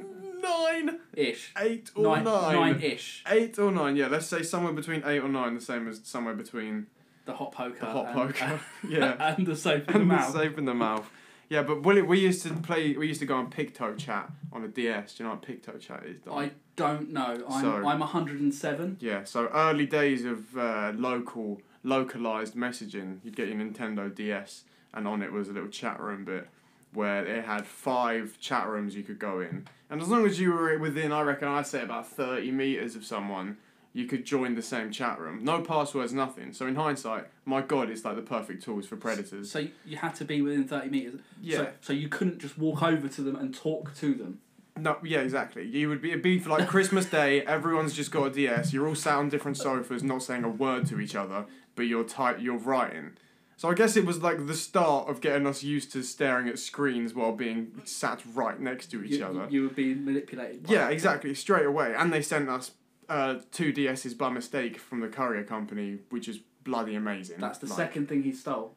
[SPEAKER 2] 9,
[SPEAKER 1] Ish.
[SPEAKER 2] 8 or 9.
[SPEAKER 1] nine ish.
[SPEAKER 2] 8 or 9, yeah, let's say somewhere between 8 or 9, the same as somewhere between
[SPEAKER 1] The hot poker.
[SPEAKER 2] the hot
[SPEAKER 1] and- uh,
[SPEAKER 2] poker. [laughs] yeah.
[SPEAKER 1] [laughs] and the soap in the
[SPEAKER 2] and the
[SPEAKER 1] mouth.
[SPEAKER 2] safe in the mouth. Yeah, but William, we used to play, we used to go on Picto Chat on a DS. Do you know what Picto Chat is? Dom?
[SPEAKER 1] I don't know. I'm
[SPEAKER 2] So-
[SPEAKER 1] I'm 107.
[SPEAKER 2] Yeah, so early days of uh, local, localized messaging, you'd get your Nintendo DS, and on it was a little chat room bit where it had five chat rooms you could go in. And as long as you were within, I reckon I'd say about 30 meters of someone, you could join the same chat room. No passwords, nothing. So in hindsight, my god, it's like the perfect tools for predators.
[SPEAKER 1] So you, you had to be within 30 meters.
[SPEAKER 2] Yeah.
[SPEAKER 1] So, so you couldn't just walk over to them and talk to them.
[SPEAKER 2] No, yeah, exactly. You would be it'd be for like Christmas Day. Everyone's just got a DS. You're all sat on different sofas, not saying a word to each other, but you're type you're writing. So I guess it was like the start of getting us used to staring at screens while being sat right next to each
[SPEAKER 1] you,
[SPEAKER 2] other.
[SPEAKER 1] You would be manipulated. by
[SPEAKER 2] yeah, exactly. Straight away, and they sent us uh, two DSs by mistake from the courier company, which is bloody amazing.
[SPEAKER 1] That's the
[SPEAKER 2] Like,
[SPEAKER 1] second thing he stole.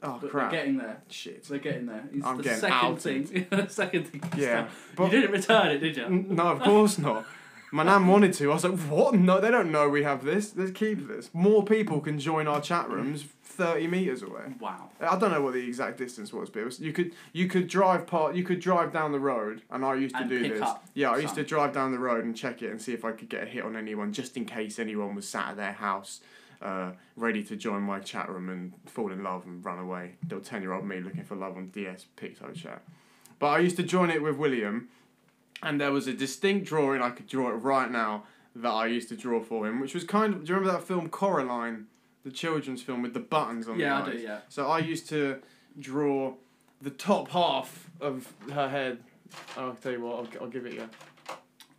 [SPEAKER 2] Oh
[SPEAKER 1] But
[SPEAKER 2] crap!
[SPEAKER 1] They're getting there.
[SPEAKER 2] Shit.
[SPEAKER 1] They're getting there. It's
[SPEAKER 2] I'm
[SPEAKER 1] the
[SPEAKER 2] getting
[SPEAKER 1] second [laughs]
[SPEAKER 2] outed.
[SPEAKER 1] thing. second thing.
[SPEAKER 2] Yeah,
[SPEAKER 1] Stop.
[SPEAKER 2] but-
[SPEAKER 1] you didn't return it, did you?
[SPEAKER 2] N- No, of course not. My nan wanted to. I was like, what? No, they don't know we have this. Let's keep this. More people can join our chat rooms 30 metres away.
[SPEAKER 1] Wow.
[SPEAKER 2] I don't know what the exact distance was, but it was, you could you could drive part you could drive down the road, and I used to
[SPEAKER 1] And
[SPEAKER 2] do
[SPEAKER 1] pick
[SPEAKER 2] this.
[SPEAKER 1] up
[SPEAKER 2] yeah, I used to
[SPEAKER 1] some.
[SPEAKER 2] drive down the road and check it and see if I could get a hit on anyone, just in case anyone was sat at their house, uh, ready to join my chat room and fall in love and run away. Little ten year old me looking for love on DS Pixo chat. But I used to join it with William, and there was a distinct drawing I could draw it right now that I used to draw for him, which was kind of. Do you remember that film Coraline, the children's film with the buttons on
[SPEAKER 1] Yeah,
[SPEAKER 2] the
[SPEAKER 1] I
[SPEAKER 2] eyes?
[SPEAKER 1] do. Yeah.
[SPEAKER 2] So I used to draw the top half of her head. I'll tell you what, I'll, I'll give it you.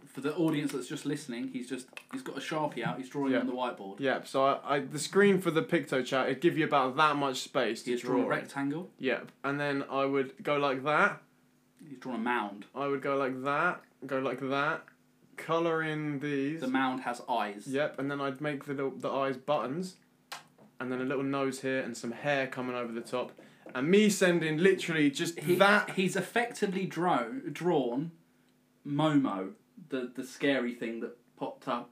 [SPEAKER 1] For the audience that's just listening, he's just he's got a sharpie out. He's drawing
[SPEAKER 2] Yeah.
[SPEAKER 1] on the whiteboard.
[SPEAKER 2] Yeah, so I, I the screen for the picto chat, it'd give you about that much space to
[SPEAKER 1] He's drawn a
[SPEAKER 2] draw. it.
[SPEAKER 1] rectangle.
[SPEAKER 2] Yep, and then I would go like that.
[SPEAKER 1] He's drawn a mound.
[SPEAKER 2] I would go like that. Go like that. Color in these.
[SPEAKER 1] The mound has eyes.
[SPEAKER 2] Yep, and then I'd make the little, the eyes buttons, and then a little nose here and some hair coming over the top, and me sending literally just
[SPEAKER 1] He,
[SPEAKER 2] that.
[SPEAKER 1] he's effectively drawn drawn Momo, the the scary thing that popped up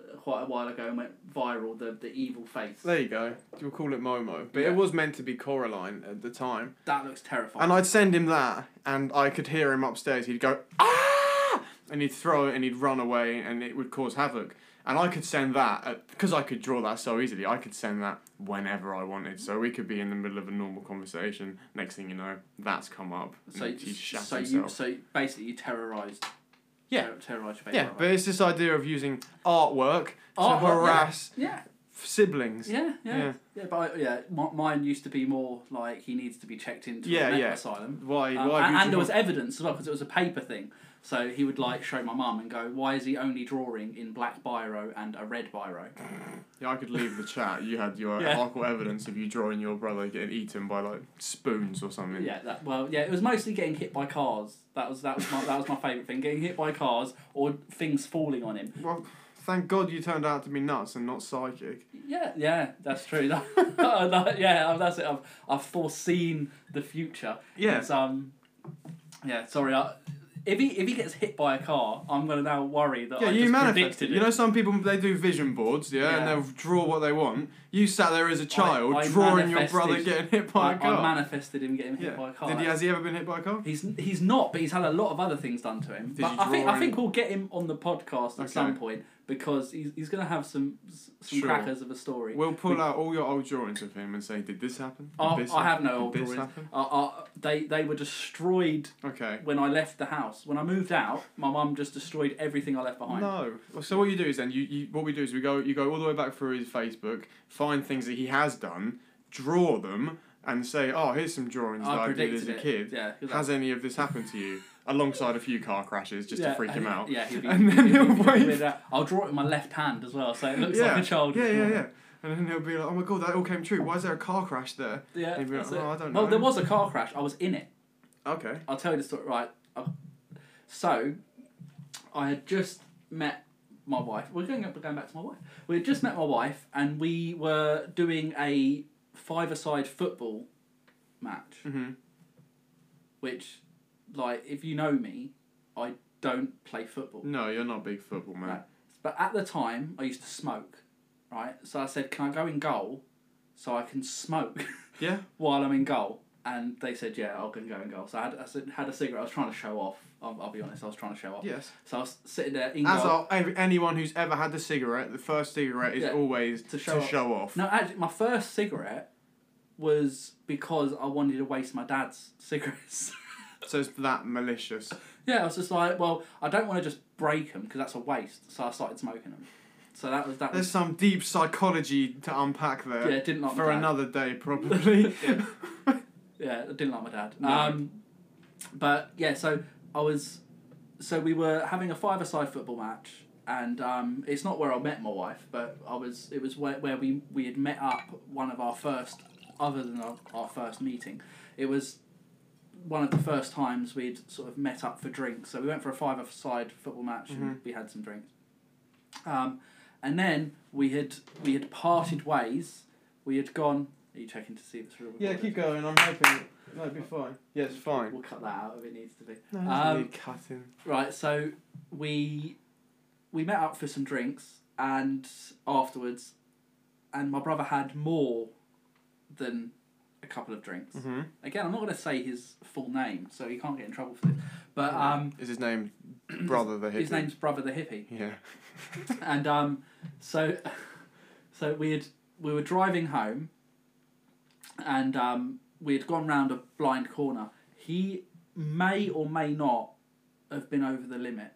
[SPEAKER 1] uh, quite a while ago and went viral. The the evil face.
[SPEAKER 2] There you go. You'll call it Momo, but
[SPEAKER 1] Yeah.
[SPEAKER 2] it was meant to be Coraline at the time.
[SPEAKER 1] That looks terrifying.
[SPEAKER 2] And I'd send him that, and I could hear him upstairs. He'd go ah, and he'd throw it, and he'd run away, and it would cause havoc. And I could send that because I could draw that so easily. I could send that whenever I wanted. So we could be in the middle of a normal conversation. Next thing you know, that's come up.
[SPEAKER 1] so
[SPEAKER 2] and he shat
[SPEAKER 1] so you
[SPEAKER 2] himself.
[SPEAKER 1] so basically you terrorized.
[SPEAKER 2] Yeah.
[SPEAKER 1] ter- terrorized your
[SPEAKER 2] yeah,
[SPEAKER 1] favourite
[SPEAKER 2] but it's this idea of using artwork to
[SPEAKER 1] Artwork, yeah.
[SPEAKER 2] harass
[SPEAKER 1] Yeah,
[SPEAKER 2] siblings.
[SPEAKER 1] yeah, yeah, yeah.
[SPEAKER 2] Yeah.
[SPEAKER 1] but I, yeah, my, mine used to be more like he needs to be checked into
[SPEAKER 2] Yeah,
[SPEAKER 1] a mental
[SPEAKER 2] yeah.
[SPEAKER 1] asylum. Um,
[SPEAKER 2] Why? why?
[SPEAKER 1] and,
[SPEAKER 2] would
[SPEAKER 1] and
[SPEAKER 2] you
[SPEAKER 1] there
[SPEAKER 2] want-
[SPEAKER 1] was evidence as well because it was a paper thing. So he would like show my mum and go, "Why is he only drawing in black biro and a red biro?"
[SPEAKER 2] Yeah, I could leave the chat. You had
[SPEAKER 1] [laughs]
[SPEAKER 2] your
[SPEAKER 1] Yeah.
[SPEAKER 2] hardcore evidence of you drawing your brother getting eaten by like spoons or something.
[SPEAKER 1] Yeah, that well, yeah, it was mostly getting hit by cars. That was that was my that was my favorite thing: getting hit by cars or things falling on him.
[SPEAKER 2] Well, thank God you turned out to be nuts and not psychic.
[SPEAKER 1] Yeah, yeah, that's true. [laughs] That- yeah, um, that's it. I've I've foreseen the future.
[SPEAKER 2] Yeah.
[SPEAKER 1] It's, um, yeah. Sorry, I, if he if he gets hit by a car, I'm gonna now worry that
[SPEAKER 2] Yeah,
[SPEAKER 1] I
[SPEAKER 2] you
[SPEAKER 1] just
[SPEAKER 2] manifest.
[SPEAKER 1] predicted it.
[SPEAKER 2] You know, some people they do vision boards, yeah, and
[SPEAKER 1] Yeah.
[SPEAKER 2] they'll draw what they want. You sat there as a child
[SPEAKER 1] I
[SPEAKER 2] drawing your brother
[SPEAKER 1] manifested-
[SPEAKER 2] getting hit by
[SPEAKER 1] I,
[SPEAKER 2] a
[SPEAKER 1] I
[SPEAKER 2] car.
[SPEAKER 1] manifested him getting hit by a
[SPEAKER 2] yeah.
[SPEAKER 1] car.
[SPEAKER 2] Did he has he ever been hit by a car?
[SPEAKER 1] He's he's not, but he's had a lot of other things done to him.
[SPEAKER 2] Did
[SPEAKER 1] But
[SPEAKER 2] you
[SPEAKER 1] I think
[SPEAKER 2] draw
[SPEAKER 1] I think
[SPEAKER 2] in-
[SPEAKER 1] we'll get him on the podcast at
[SPEAKER 2] Okay.
[SPEAKER 1] some point because he's, he's gonna have some s- some
[SPEAKER 2] Sure.
[SPEAKER 1] crackers of a story.
[SPEAKER 2] We'll pull
[SPEAKER 1] We-
[SPEAKER 2] out all your old drawings of him and say, did this happen? Did
[SPEAKER 1] I,
[SPEAKER 2] this
[SPEAKER 1] Oh, I have
[SPEAKER 2] happen?
[SPEAKER 1] no old
[SPEAKER 2] Did this
[SPEAKER 1] drawings.
[SPEAKER 2] happen?
[SPEAKER 1] Uh, uh, they they were destroyed
[SPEAKER 2] Okay.
[SPEAKER 1] when I left the house. When I moved out, my mum just destroyed everything I left behind.
[SPEAKER 2] No. Well, So what you do is then you, you what we do is we go you go all the way back through his Facebook, find things that he has done, draw them, and say, oh, here's some drawings that
[SPEAKER 1] I
[SPEAKER 2] I did
[SPEAKER 1] predicted
[SPEAKER 2] as a
[SPEAKER 1] it.
[SPEAKER 2] kid.
[SPEAKER 1] Yeah, 'cause
[SPEAKER 2] Has any of this happened
[SPEAKER 1] [laughs]
[SPEAKER 2] to you? Alongside a few car crashes, just
[SPEAKER 1] Yeah,
[SPEAKER 2] to freak him
[SPEAKER 1] and-
[SPEAKER 2] out.
[SPEAKER 1] Yeah, he'll be,
[SPEAKER 2] [laughs] And
[SPEAKER 1] [laughs]
[SPEAKER 2] then
[SPEAKER 1] he'll be
[SPEAKER 2] he'll
[SPEAKER 1] freaked
[SPEAKER 2] wave.
[SPEAKER 1] with that. I'll draw it with my left hand as well, so it looks like a child.
[SPEAKER 2] Yeah, yeah, yeah. And then he'll be like, oh my god, that all came true. Why is there a car crash there?
[SPEAKER 1] Yeah,
[SPEAKER 2] He'll be like,
[SPEAKER 1] that's it.
[SPEAKER 2] "Oh, I don't
[SPEAKER 1] Well,
[SPEAKER 2] know."
[SPEAKER 1] there was a car crash. I was in it.
[SPEAKER 2] Okay.
[SPEAKER 1] I'll tell you the story. Right. I'll- So, I had just met my wife. We're going, we're going back to my wife. We had just met my wife, and we were doing a five-a-side football match.
[SPEAKER 2] Mm-hmm.
[SPEAKER 1] Which, like, if you know me, I don't play football.
[SPEAKER 2] No, you're not a big football man.
[SPEAKER 1] No. But at the time, I used to smoke, right? So I said, "Can I go in goal, so I can smoke [laughs]
[SPEAKER 2] Yeah.
[SPEAKER 1] while I'm in goal?" And they said, "Yeah, I can go in goal." So I had, I said, had a cigarette. I was trying to show off. I'll, I'll be honest. I was trying to show off.
[SPEAKER 2] Yes.
[SPEAKER 1] So I was sitting there in
[SPEAKER 2] As
[SPEAKER 1] goal.
[SPEAKER 2] are ev- anyone who's ever had a cigarette, the first cigarette is
[SPEAKER 1] Yeah.
[SPEAKER 2] always
[SPEAKER 1] To show off.
[SPEAKER 2] off.
[SPEAKER 1] No, actually, my first cigarette was because I wanted to waste my dad's [laughs] cigarettes.
[SPEAKER 2] So it's
[SPEAKER 1] [laughs]
[SPEAKER 2] that malicious.
[SPEAKER 1] yeah, I was just like, well, I don't want to just break them because that's a waste. So I started smoking them. So that was that.
[SPEAKER 2] There's
[SPEAKER 1] Was,
[SPEAKER 2] some deep psychology to unpack
[SPEAKER 1] yeah,
[SPEAKER 2] there.
[SPEAKER 1] didn't like my
[SPEAKER 2] for
[SPEAKER 1] dad. [laughs]
[SPEAKER 2] another day, probably. [laughs]
[SPEAKER 1] Yeah. Yeah, I didn't like my dad.
[SPEAKER 2] No.
[SPEAKER 1] Um, but yeah, so I was, so we were having a five-a-side football match, and um, it's not where I met my wife, but I was. It was where, where we we had met up one of our first, other than our, our first meeting, it was one of the first times we'd sort of met up for drinks. So we went for a five-a-side football match, and we had some drinks. Um, and then we had we had parted ways. We had gone. Are you checking to see if it's real? recorded?
[SPEAKER 2] going. I'm hoping that'd be fine. Yeah, it's fine. Um,
[SPEAKER 1] We'll cut that out if it needs to be.
[SPEAKER 2] No,
[SPEAKER 1] Um,
[SPEAKER 2] cutting.
[SPEAKER 1] Right, so Um, we we met up for some drinks and afterwards, and my brother had more than a couple of drinks.
[SPEAKER 2] Mm-hmm.
[SPEAKER 1] Again, I'm not going to say his full name, so he can't get in trouble for this. But um,
[SPEAKER 2] Is
[SPEAKER 1] [clears throat]
[SPEAKER 2] his name brother the hippie?
[SPEAKER 1] his name's Brother the Hippie.
[SPEAKER 2] Yeah. [laughs]
[SPEAKER 1] and um, so so we had we were driving home, and um, we had gone round a blind corner. He may or may not have been over the limit.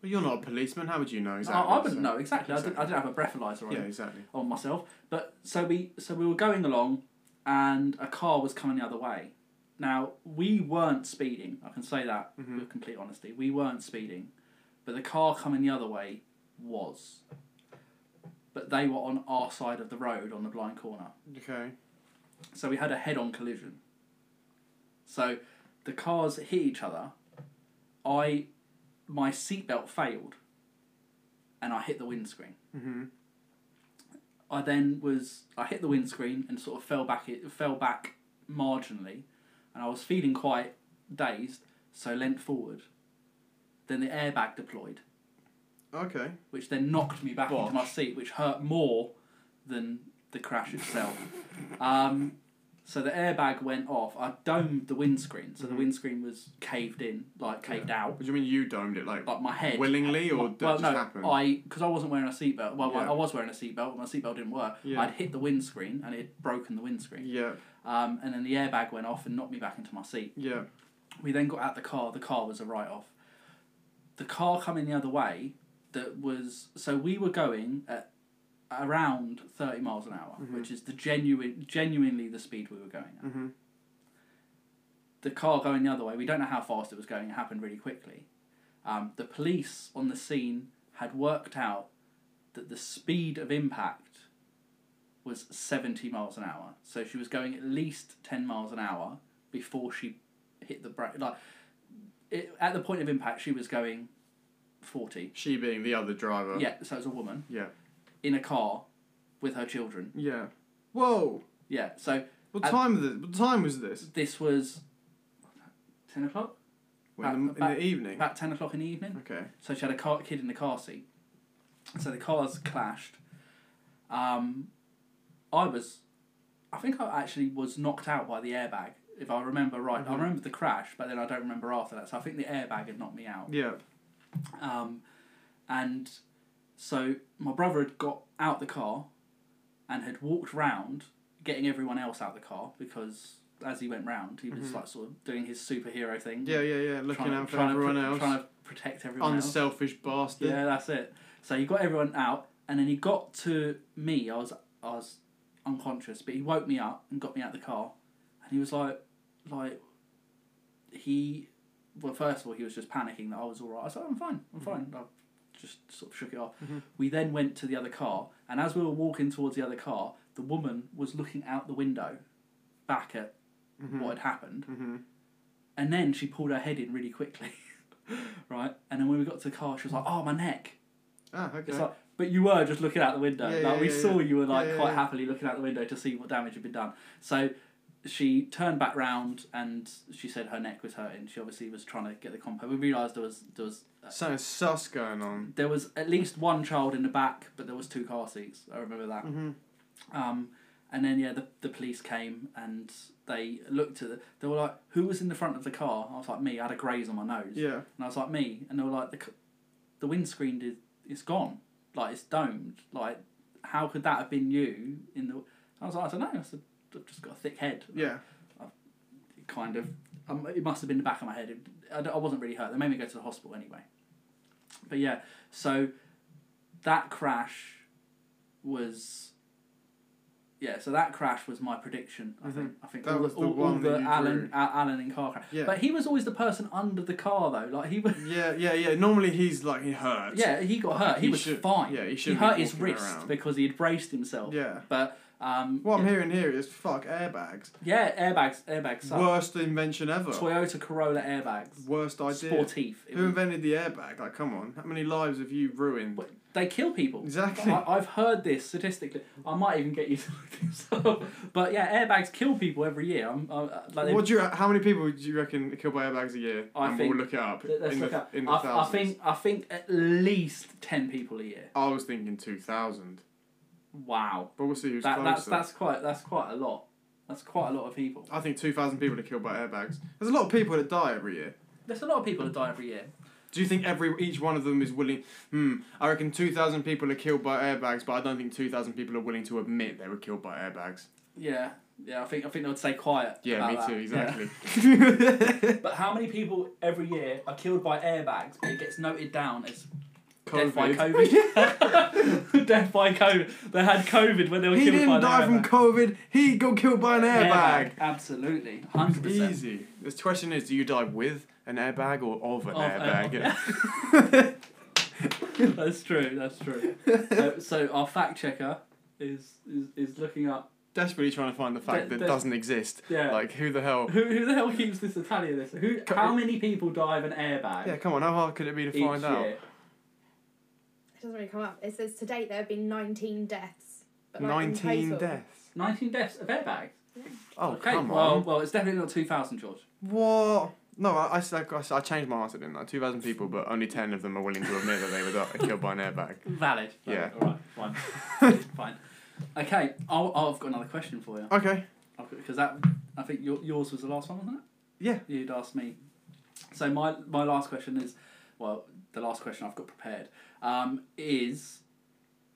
[SPEAKER 2] But you're not a policeman. How would you know exactly?
[SPEAKER 1] I, I wouldn't
[SPEAKER 2] So-
[SPEAKER 1] know exactly. I, didn't, I didn't have a breathalyzer on,
[SPEAKER 2] Yeah, exactly.
[SPEAKER 1] on myself. But so we so we were going along, and a car was coming the other way. Now we weren't speeding. I can say that with complete honesty. We weren't speeding, but the car coming the other way was. But they were on our side of the road on the blind corner,
[SPEAKER 2] Okay.
[SPEAKER 1] so we had a head-on collision. So, the cars hit each other. I, my seatbelt failed, and I hit the windscreen.
[SPEAKER 2] Mm-hmm.
[SPEAKER 1] I then was I hit the windscreen and sort of fell back it fell back marginally, and I was feeling quite dazed, so leant forward. Then the airbag deployed,
[SPEAKER 2] Okay.
[SPEAKER 1] which then knocked me back
[SPEAKER 2] Bosh.
[SPEAKER 1] into my seat, which hurt more than the crash itself. um, so the airbag went off. I domed the windscreen, so the
[SPEAKER 2] Mhm.
[SPEAKER 1] windscreen was caved in, like caved out.
[SPEAKER 2] What do you mean you domed it? Like
[SPEAKER 1] Like my head
[SPEAKER 2] willingly or
[SPEAKER 1] well,
[SPEAKER 2] that
[SPEAKER 1] well,
[SPEAKER 2] just
[SPEAKER 1] no,
[SPEAKER 2] happened?
[SPEAKER 1] I because I wasn't wearing a seatbelt. Well, I-
[SPEAKER 2] Yeah.
[SPEAKER 1] I was wearing a seatbelt, but my seatbelt didn't work.
[SPEAKER 2] Yeah.
[SPEAKER 1] I'd hit the windscreen and it had broken the windscreen.
[SPEAKER 2] Yeah.
[SPEAKER 1] Um, and then the airbag went off and knocked me back into my seat.
[SPEAKER 2] Yeah.
[SPEAKER 1] We then got out the car. The car was a write off. The car coming the other way that was so we were going at around thirty miles an hour,
[SPEAKER 2] Mhm.
[SPEAKER 1] which is the genuine genuinely the speed we were going at.
[SPEAKER 2] Mm-hmm.
[SPEAKER 1] The car going the other way. We don't know how fast it was going. It happened really quickly. Um, the police on the scene had worked out that the speed of impact was 70 miles an hour. So she was going at least 10 miles an hour before she hit the brake. Like, it, at the point of impact, she was going 40.
[SPEAKER 2] She being the other driver.
[SPEAKER 1] Yeah, so it was a woman
[SPEAKER 2] Yeah.
[SPEAKER 1] in a car with her children.
[SPEAKER 2] Yeah. Whoa.
[SPEAKER 1] Yeah, so
[SPEAKER 2] What
[SPEAKER 1] And-
[SPEAKER 2] time? Was it? What time was this?
[SPEAKER 1] this was 10 o'clock?
[SPEAKER 2] Well, in, the,
[SPEAKER 1] About-
[SPEAKER 2] in the evening.
[SPEAKER 1] About 10 o'clock in the evening?
[SPEAKER 2] okay.
[SPEAKER 1] So she had a car, kid in the car seat. So the cars clashed. Um, I was, I think I actually was knocked out by the airbag, if I remember right. I
[SPEAKER 2] Mhm.
[SPEAKER 1] remember the crash, but then I don't remember after that. So I think the airbag had knocked me out.
[SPEAKER 2] Yeah.
[SPEAKER 1] Um, and so my brother had got out the car and had walked round getting everyone else out the car because as he went round, he was
[SPEAKER 2] Mhm.
[SPEAKER 1] like sort of doing his superhero thing.
[SPEAKER 2] Yeah. Yeah. Yeah. Looking
[SPEAKER 1] trying to-
[SPEAKER 2] out for
[SPEAKER 1] trying to
[SPEAKER 2] everyone
[SPEAKER 1] pr-
[SPEAKER 2] else.
[SPEAKER 1] Trying to protect everyone else.
[SPEAKER 2] Unselfish bastard.
[SPEAKER 1] Yeah, that's it. So he got everyone out, and then he got to me. I was I was unconscious, but he woke me up and got me out the car, and he was like, like, he, well, first of all, he was just panicking that I was all right. I said, I'm fine, I'm
[SPEAKER 2] Mm-hmm.
[SPEAKER 1] fine. I just sort of shook it off.
[SPEAKER 2] Mhm.
[SPEAKER 1] We then went to the other car, and as we were walking towards the other car, the woman was looking out the window, back at
[SPEAKER 2] Mhm.
[SPEAKER 1] what had happened,
[SPEAKER 2] Mm-hmm.
[SPEAKER 1] and then she pulled her head in really quickly, [laughs] right? And then when we got to the car, she was like, "Oh, my neck."
[SPEAKER 2] Ah. Okay.
[SPEAKER 1] It's like, but you were just looking out the window.
[SPEAKER 2] Yeah,
[SPEAKER 1] like
[SPEAKER 2] yeah,
[SPEAKER 1] we
[SPEAKER 2] yeah,
[SPEAKER 1] saw
[SPEAKER 2] yeah.
[SPEAKER 1] you were like
[SPEAKER 2] Yeah, yeah,
[SPEAKER 1] quite
[SPEAKER 2] yeah.
[SPEAKER 1] happily looking out the window to see what damage had been done. So she turned back round and she said her neck was hurting. She obviously was trying to get the compo. We realised there was there was
[SPEAKER 2] Something sus going on.
[SPEAKER 1] there was at least one child in the back, but there was two car seats. I remember that.
[SPEAKER 2] Mm-hmm.
[SPEAKER 1] Um, and then yeah, the, the police came and they looked at. The, they were like, "Who was in the front of the car?" I was like, "Me." I had a graze on my nose.
[SPEAKER 2] Yeah.
[SPEAKER 1] And I was like, me. And they were like, the, c- the windscreen did, it's gone. Like, it's domed. Like, how could that have been you? In the, I was like, I don't know. I said, I've just got a thick head.
[SPEAKER 2] Yeah.
[SPEAKER 1] It kind of, um, it must have been the back of my head. It, I, d- I wasn't really hurt. They made me go to the hospital anyway. But yeah, so that crash was. Yeah, so that crash was my prediction. I
[SPEAKER 2] Mhm.
[SPEAKER 1] think. I think
[SPEAKER 2] That
[SPEAKER 1] all,
[SPEAKER 2] was the
[SPEAKER 1] all, all
[SPEAKER 2] one that
[SPEAKER 1] the
[SPEAKER 2] you
[SPEAKER 1] Alan,
[SPEAKER 2] drew.
[SPEAKER 1] A- Alan in car crash.
[SPEAKER 2] Yeah.
[SPEAKER 1] But he was always the person under the car though. Like he was.
[SPEAKER 2] Yeah, yeah, yeah. Normally he's like he hurts.
[SPEAKER 1] Yeah, he got hurt. He,
[SPEAKER 2] He
[SPEAKER 1] was
[SPEAKER 2] should-
[SPEAKER 1] fine.
[SPEAKER 2] yeah, he
[SPEAKER 1] he
[SPEAKER 2] shouldn't be
[SPEAKER 1] hurt his
[SPEAKER 2] walking
[SPEAKER 1] wrist
[SPEAKER 2] around.
[SPEAKER 1] because he had braced himself.
[SPEAKER 2] Yeah.
[SPEAKER 1] But Um,
[SPEAKER 2] What I'm hearing here is fuck airbags.
[SPEAKER 1] yeah, airbags, airbags. suck.
[SPEAKER 2] Worst invention ever.
[SPEAKER 1] Toyota Corolla airbags.
[SPEAKER 2] Worst idea.
[SPEAKER 1] Sportif. It
[SPEAKER 2] Who
[SPEAKER 1] was-
[SPEAKER 2] invented the airbag? Like, come on. How many lives have you ruined?
[SPEAKER 1] But they kill people.
[SPEAKER 2] Exactly.
[SPEAKER 1] I, I've heard this statistically. I might even get you to look this up. But yeah, airbags kill people every year. I'm, i like they-
[SPEAKER 2] What do you? How many people do you reckon are killed by airbags a year?
[SPEAKER 1] I
[SPEAKER 2] and
[SPEAKER 1] think-
[SPEAKER 2] we'll look it up.
[SPEAKER 1] let's
[SPEAKER 2] in
[SPEAKER 1] look
[SPEAKER 2] the,
[SPEAKER 1] up.
[SPEAKER 2] In the
[SPEAKER 1] I, I
[SPEAKER 2] thousands.
[SPEAKER 1] think I think at least ten people a year.
[SPEAKER 2] I was thinking two thousand,
[SPEAKER 1] Wow.
[SPEAKER 2] but we'll see who's
[SPEAKER 1] That,
[SPEAKER 2] closer.
[SPEAKER 1] that's that's quite that's quite a lot. That's quite a lot of people.
[SPEAKER 2] I think two thousand people are killed by airbags. There's a lot of people that die every year.
[SPEAKER 1] There's a lot of people that die every year.
[SPEAKER 2] Do you think every each one of them is willing? Hmm. I reckon two thousand people are killed by airbags, but I don't think two thousand people are willing to admit they were killed by airbags.
[SPEAKER 1] Yeah, yeah. I think I think they would stay quiet.
[SPEAKER 2] Yeah,
[SPEAKER 1] about
[SPEAKER 2] me
[SPEAKER 1] that.
[SPEAKER 2] too.
[SPEAKER 1] Yeah.
[SPEAKER 2] Exactly.
[SPEAKER 1] [laughs]
[SPEAKER 2] [laughs]
[SPEAKER 1] But how many people every year are killed by airbags? But it gets noted down as death by COVID. [laughs] death by COVID. They had COVID when they were
[SPEAKER 2] He
[SPEAKER 1] killed by
[SPEAKER 2] didn't
[SPEAKER 1] an
[SPEAKER 2] die from
[SPEAKER 1] airbag.
[SPEAKER 2] COVID. He got killed by an airbag.
[SPEAKER 1] Absolutely, hundred percent.
[SPEAKER 2] Easy. The question is, do you die with an airbag or of an
[SPEAKER 1] Of an
[SPEAKER 2] airbag?
[SPEAKER 1] That's true. That's true. so, so our fact checker is is, is looking up.
[SPEAKER 2] [laughs] Desperately trying to find the fact
[SPEAKER 1] There-
[SPEAKER 2] that
[SPEAKER 1] there's-
[SPEAKER 2] doesn't exist.
[SPEAKER 1] Yeah.
[SPEAKER 2] Like who the hell?
[SPEAKER 1] who, who the hell keeps this Italian list? Who?
[SPEAKER 2] Co-
[SPEAKER 1] How many people die of an airbag
[SPEAKER 2] Yeah, come on. How hard could it be to
[SPEAKER 1] each
[SPEAKER 2] find out?
[SPEAKER 1] year?
[SPEAKER 3] It doesn't really come up. It says to date there have been 19 deaths. But like in
[SPEAKER 2] Nineteen
[SPEAKER 3] total-
[SPEAKER 2] deaths.
[SPEAKER 1] Nineteen deaths of airbags.
[SPEAKER 2] Oh
[SPEAKER 1] okay.
[SPEAKER 2] come
[SPEAKER 1] well,
[SPEAKER 2] on.
[SPEAKER 1] well, it's definitely not two thousand, George.
[SPEAKER 2] What? No, I, I, s- I, s- I changed my answer, didn't I? 2,000 people, but only 10 of them are willing to admit that they were di- killed by
[SPEAKER 1] [laughs]
[SPEAKER 2] an airbag.
[SPEAKER 1] Valid.
[SPEAKER 2] Yeah.
[SPEAKER 1] All right. Fine. [laughs] fine. Okay. I'll, I've got another question for you.
[SPEAKER 2] Okay.
[SPEAKER 1] because that I think your, yours was the last one, wasn't it?
[SPEAKER 2] Yeah.
[SPEAKER 1] You'd asked me. So my my last question is, well, the last question I've got prepared um, is,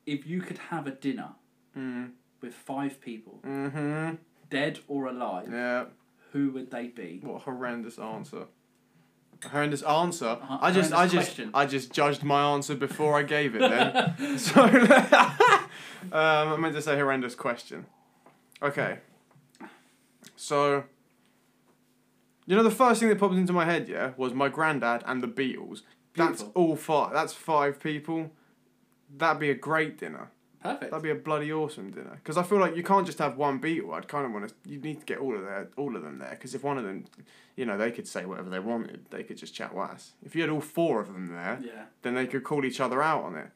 [SPEAKER 1] if you could have a dinner
[SPEAKER 2] Mm.
[SPEAKER 1] with five people,
[SPEAKER 2] Mm-hmm.
[SPEAKER 1] dead or alive,
[SPEAKER 2] Yeah.
[SPEAKER 1] who would they be?
[SPEAKER 2] [laughs] What a horrendous answer. A horrendous answer.
[SPEAKER 1] Uh-huh,
[SPEAKER 2] I just, I
[SPEAKER 1] horrendous
[SPEAKER 2] just,
[SPEAKER 1] question.
[SPEAKER 2] I just judged my answer before I gave it.
[SPEAKER 1] [laughs]
[SPEAKER 2] Then, [laughs] so um, I meant to say horrendous question. Okay. So, you know, the first thing that popped into my head, yeah, was my granddad and the Beatles. That's
[SPEAKER 1] Beautiful.
[SPEAKER 2] all five. That's five people. That'd be a great dinner.
[SPEAKER 1] Perfect.
[SPEAKER 2] That'd be a bloody awesome dinner. Because I feel like you can't just have one beetle. I'd kind of want to. You need to get all of their, all of them there. Because if one of them, you know, they could say whatever they wanted. They could just chat wass. If you had all four of them there,
[SPEAKER 1] yeah.
[SPEAKER 2] then they could call each other out on it.